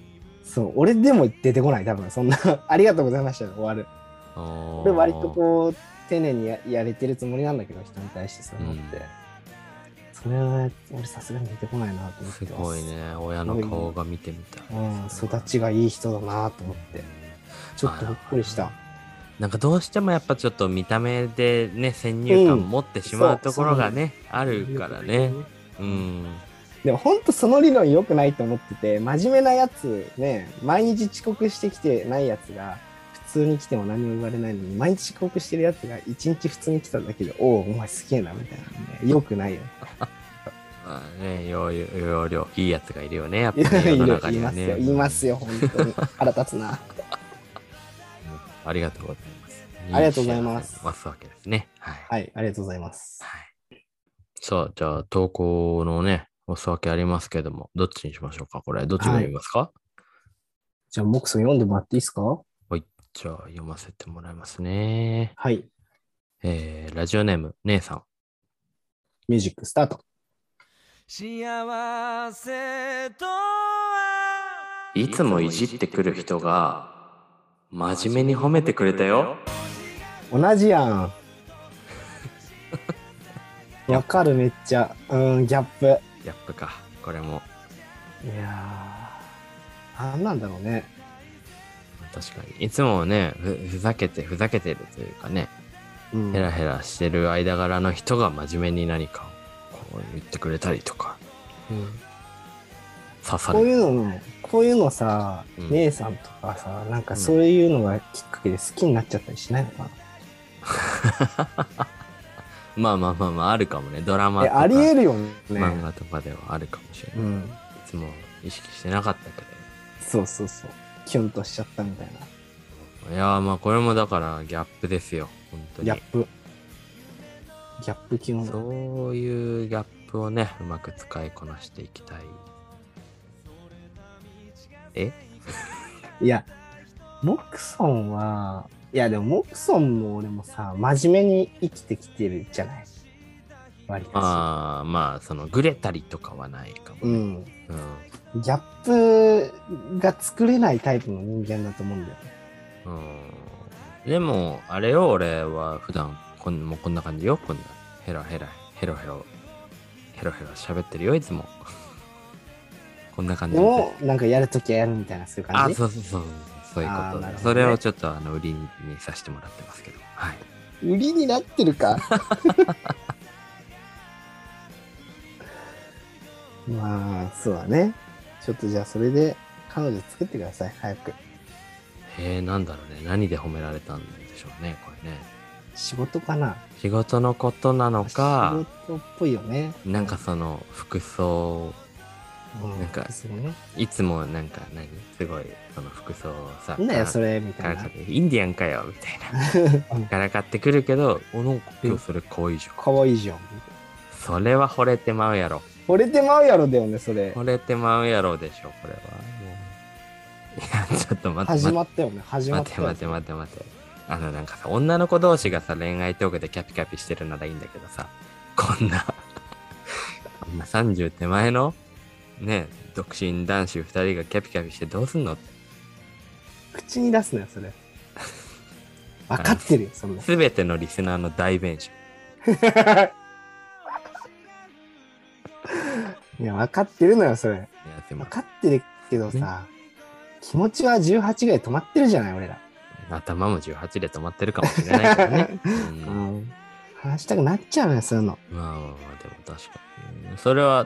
A: そう、俺でも出てこない、多分そんな、 ありがとうございましたで終わる。
B: こ
A: で割とこう丁寧にややれてるつもりなんだけど人に対してそういうのって、
B: うん
A: それは俺さすがに出てこないなと思って
B: すごいね、親の顔が見てみた
A: う
B: い。
A: ん、育ちがいい人だなと思ってちょっとびっくりした
B: なんかどうしてもやっぱちょっと見た目でね、先入観持ってしまうところがね、あるからね。うん。
A: でもほんとその理論良くないと思ってて真面目なやつね毎日遅刻してきてないやつが普通に来ても何も言われないのに毎日遅刻してるやつが一日普通に来ただけでおおお前すげえなみたいなね良くないよ
B: まあね、要領、要領、いいやつがいるよね、やっぱ
A: いや
B: ね、世
A: い
B: の
A: る
B: 中
A: い
B: に
A: ま
B: は
A: す
B: ね。
A: よ、いますよ、本当に。腹立つな。
B: うん。ありがとうございます。
A: ありがとうございます
B: ますわけですね。はい。
A: はい、ありがとうございます。
B: はい。さあ、じゃあ、投稿のね、お裾分けありますけども、どっちにしましょうかこれ、どっちが読みますか、
A: じゃあ、モクソン読んでもらっていいですか
B: じゃあ読ませてもらいますね。
A: はい。
B: えー、ラジオネーム、姉さん。
A: ミュージックスタート。
E: 幸せとはい
B: つもいじってくる人が、真面目に褒めてくれたよ。
A: 同じ やん。わかる、めっちゃ。うん、ギャップ。
B: やっぱか、これも。
A: いやー、なんなんだろうね。
B: 確かに。いつもね、ふふざけて、ふざけてるというかね、
A: うん
B: ヘラヘラしてる間柄の人が真面目に何かをこう言ってくれたりとか、
A: うん
B: 刺さ
A: こうい
B: る。
A: うのも、こういうのさ、
B: うん
A: 姉さんとかさ、なんかそういうのがきっかけで好きになっちゃったりしないのかな。
B: まあまあまあまあ、あるかもね。ドラマ
A: え
B: とか
A: ありえるよね。
B: 漫画とかではあるかもしれ
A: う
B: ない。い
A: ん。
B: つも意識してなかったけど。
A: そうそうそう。キュンとしちゃったみたいな。
B: いやーまあこれもだからギャップですよ本当に
A: ギャップ。ギャップキュン。
B: そういうギャップをねうまく使いこなしていきたいえ
A: いや、モクソンは、いやでもモクソンも俺もさ、真面目に生きてきてるじゃない。割と。
B: まあまあそのぐれたりとかはないかも
A: う
B: ね、
A: ん。ギ
B: うん
A: ャップが作れないタイプの人間だと思うんだよね。
B: うんでもあれよ俺は普段こんもうこんな感じよこんなヘラヘラヘロヘロヘロヘロ喋ってるよいつも こんな感じ
A: で
B: みたい
A: も、なんかやるときはやるみたいな、そういう感
B: あ
A: じ。
B: そうそうそうそういうこ
A: あー
B: と、
A: なるほどね
B: それをちょっとあの売りにさせてもらってますけどはい
A: 売りになってる か。まあ、そうだね。ちょっとじゃあ、それで彼女作ってください、早く。
B: えー、なんだろうね何で褒められたんでしょうねこれね
A: 仕事かな
B: 仕事のことなのか
A: 仕事っぽいよね。
B: なんかその服装
A: う
B: なんか
A: そうね。
B: いつもなんか何すごいその服装をさ
A: なんだよ、
B: か
A: それ、みた
B: から
A: い
B: かっ
A: な。
B: てインディアンかよみたいなからかってくるけどおなんか今日それ可愛いじゃん
A: かわいいじゃん。
B: それは惚れてまうやろ
A: 惚れてまうやろだよね、それ。
B: 惚れてまうやろでしょこれはもういやちょっと待って
A: 始まったよね、始まっ
B: 待って
A: たよ
B: 待って待って待ってあのなんかさ女の子同士がさ恋愛トークでキャピキャピしてるならいいんだけどさこんなこんな30手前のね独身男子2人がキャピキャピしてどうすんの
A: 口に出すのよ、そ れ。わかってるよ、そんな。
B: 全てのリスナーの代弁者
A: いや、わかってるのよ、それ。
B: いやでも
A: 分かってるけどさ、気持ちは18ぐらい止まってるじゃない俺ら、
B: 頭も18で止まってるかもしれないけど ね、うん
A: うん話したくなっちゃうのよそういうの
B: まあまあまあでも確かにうんそれは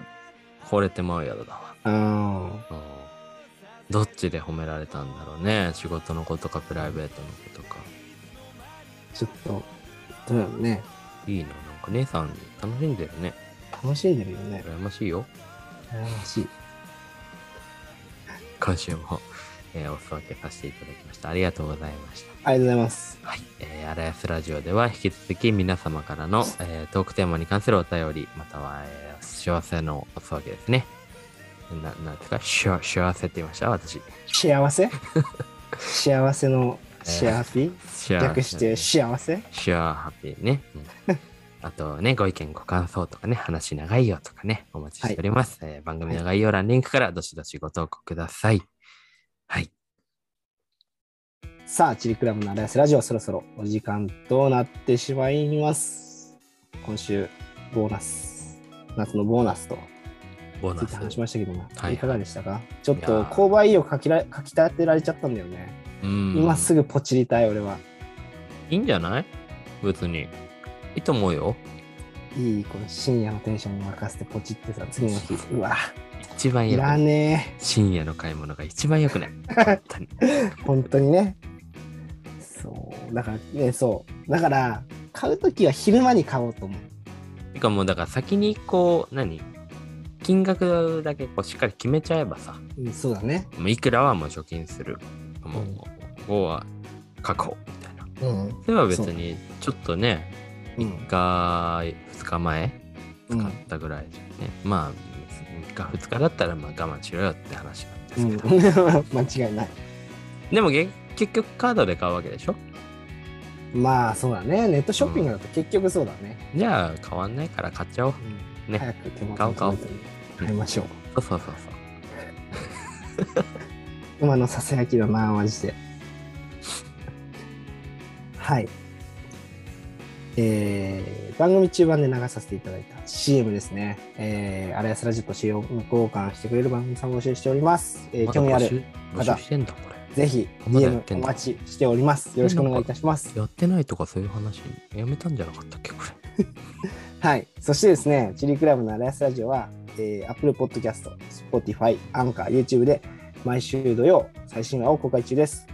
B: 惚れてまうやろだわ
A: うん
B: うんどっちで褒められたんだろうね仕事のことかプライベートのことか
A: ちょっとどうやろうね
B: いいな、なんか姉さん楽しんでるね。
A: 楽しんでるよね
B: 羨ましいよ。
A: 羨ましい
B: 今週も、 えーおす分けさせていただきました。ありがとうございました。
A: ありがとうございます
B: はい。えー、荒安ラジオでは引き続き皆様からの、えートークテーマに関するお便り、または、えー幸せのおす分けですね。な、なんですか幸幸せって言いました私。
A: 幸 せ幸せの幸せ、
B: 幸せ。
A: 略して幸せ
B: シュアハッピーね。うん あとね、ご意見、ご感想とかね、話長いよとかね、お待ちしております。えー番組の概要欄、リンクからどしどしご投稿ください。はい。
A: さあチリクラブの荒安ラジオそろそろお時間となってしまいます今週ボーナス夏のボーナスと
B: ボー
A: つい
B: ナ
A: て話し
B: ス。
A: ましたけども、
B: はい
A: い、かがでしたかちょっ
B: いや
A: と
B: ー
A: 購買意欲かきらかきたてられちゃったんだよね、
B: うん
A: 今すぐポチりたい俺はい
B: いんじゃない別に。いいと思うよ。
A: いいこの深夜のテンションに任せてポチってさ次 の日うわ
B: 一番
A: い
B: よくな
A: ら
B: い。
A: ね
B: 深夜の買い物が一番よくない。本当に。
A: え本当にねそうだからねそうだから買う時は昼間に買おうと思う
B: てかもう、だから先にこう、何金額だけこうしっかり決めちゃえばさ、
A: うん、そうだね
B: もういくらはもう貯金する。もう
A: うん、
B: ここは確保みたいな。
A: うん
B: それは別にちょっとね
A: うん
B: 3日2日前
A: うん
B: 使ったぐらいじゃんね、まあ3日2日だったらまあ我慢しろよって話なんですけど、
A: うん 間違いない
B: でもげ結局カードで買うわけでしょ
A: まあそうだね。ネットショッピングだと結局そうだね。
B: じゃあ変わんないから買っちゃおう。
A: うん
B: ね
A: 早く手元
B: 買おう
A: に
B: 買おう
A: 届いて買いましょう。
B: そうそうそうそう。
A: 今のささやきだな、マジで。はい。えー、番組中盤で流させていただいた CM ですね。えー、アラヤスラジット CM 交換してくれる番組さん募集しております。えー、
B: まだ
A: 興味あ
B: 募集
A: る。
B: 募
A: 方
B: 集してんだ、これ。
A: ぜひ、
B: まだやってん
A: DM お
B: だ
A: 待ちしております。よろしくお願いいたします。
B: やってないとかそういう話、やめたんじゃなかったっけ、これ。
A: はい。そしてですね、チリクラブのアライスラジオは、えー、Apple Podcast、Spotify、Anchor、YouTube で毎週土曜最新話を公開中です。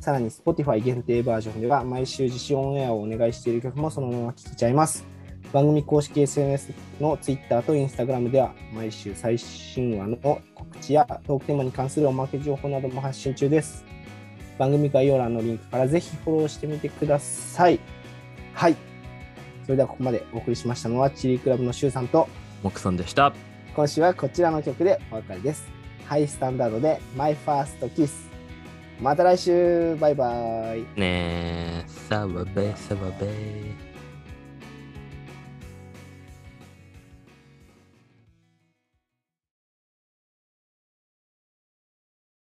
A: さらに Spotify 限定バージョンでは毎週自主オンエアをお願いしている曲もそのまま聴けちゃいます。番組公式 SNS の Twitter と Instagram では毎週最新話の告知やトークテーマに関するおまけ情報なども発信中です。番組概要欄のリンクからぜひフォローしてみてください。はい。それではここまでお送りしましたのはチリクラブのシュウさんと
B: モクさんでした。
A: 今週はこちらの曲でお別れです。ハイスタンダードで My First Kiss。また来週バイバイ。
B: ねえ、サワベー、サワベー。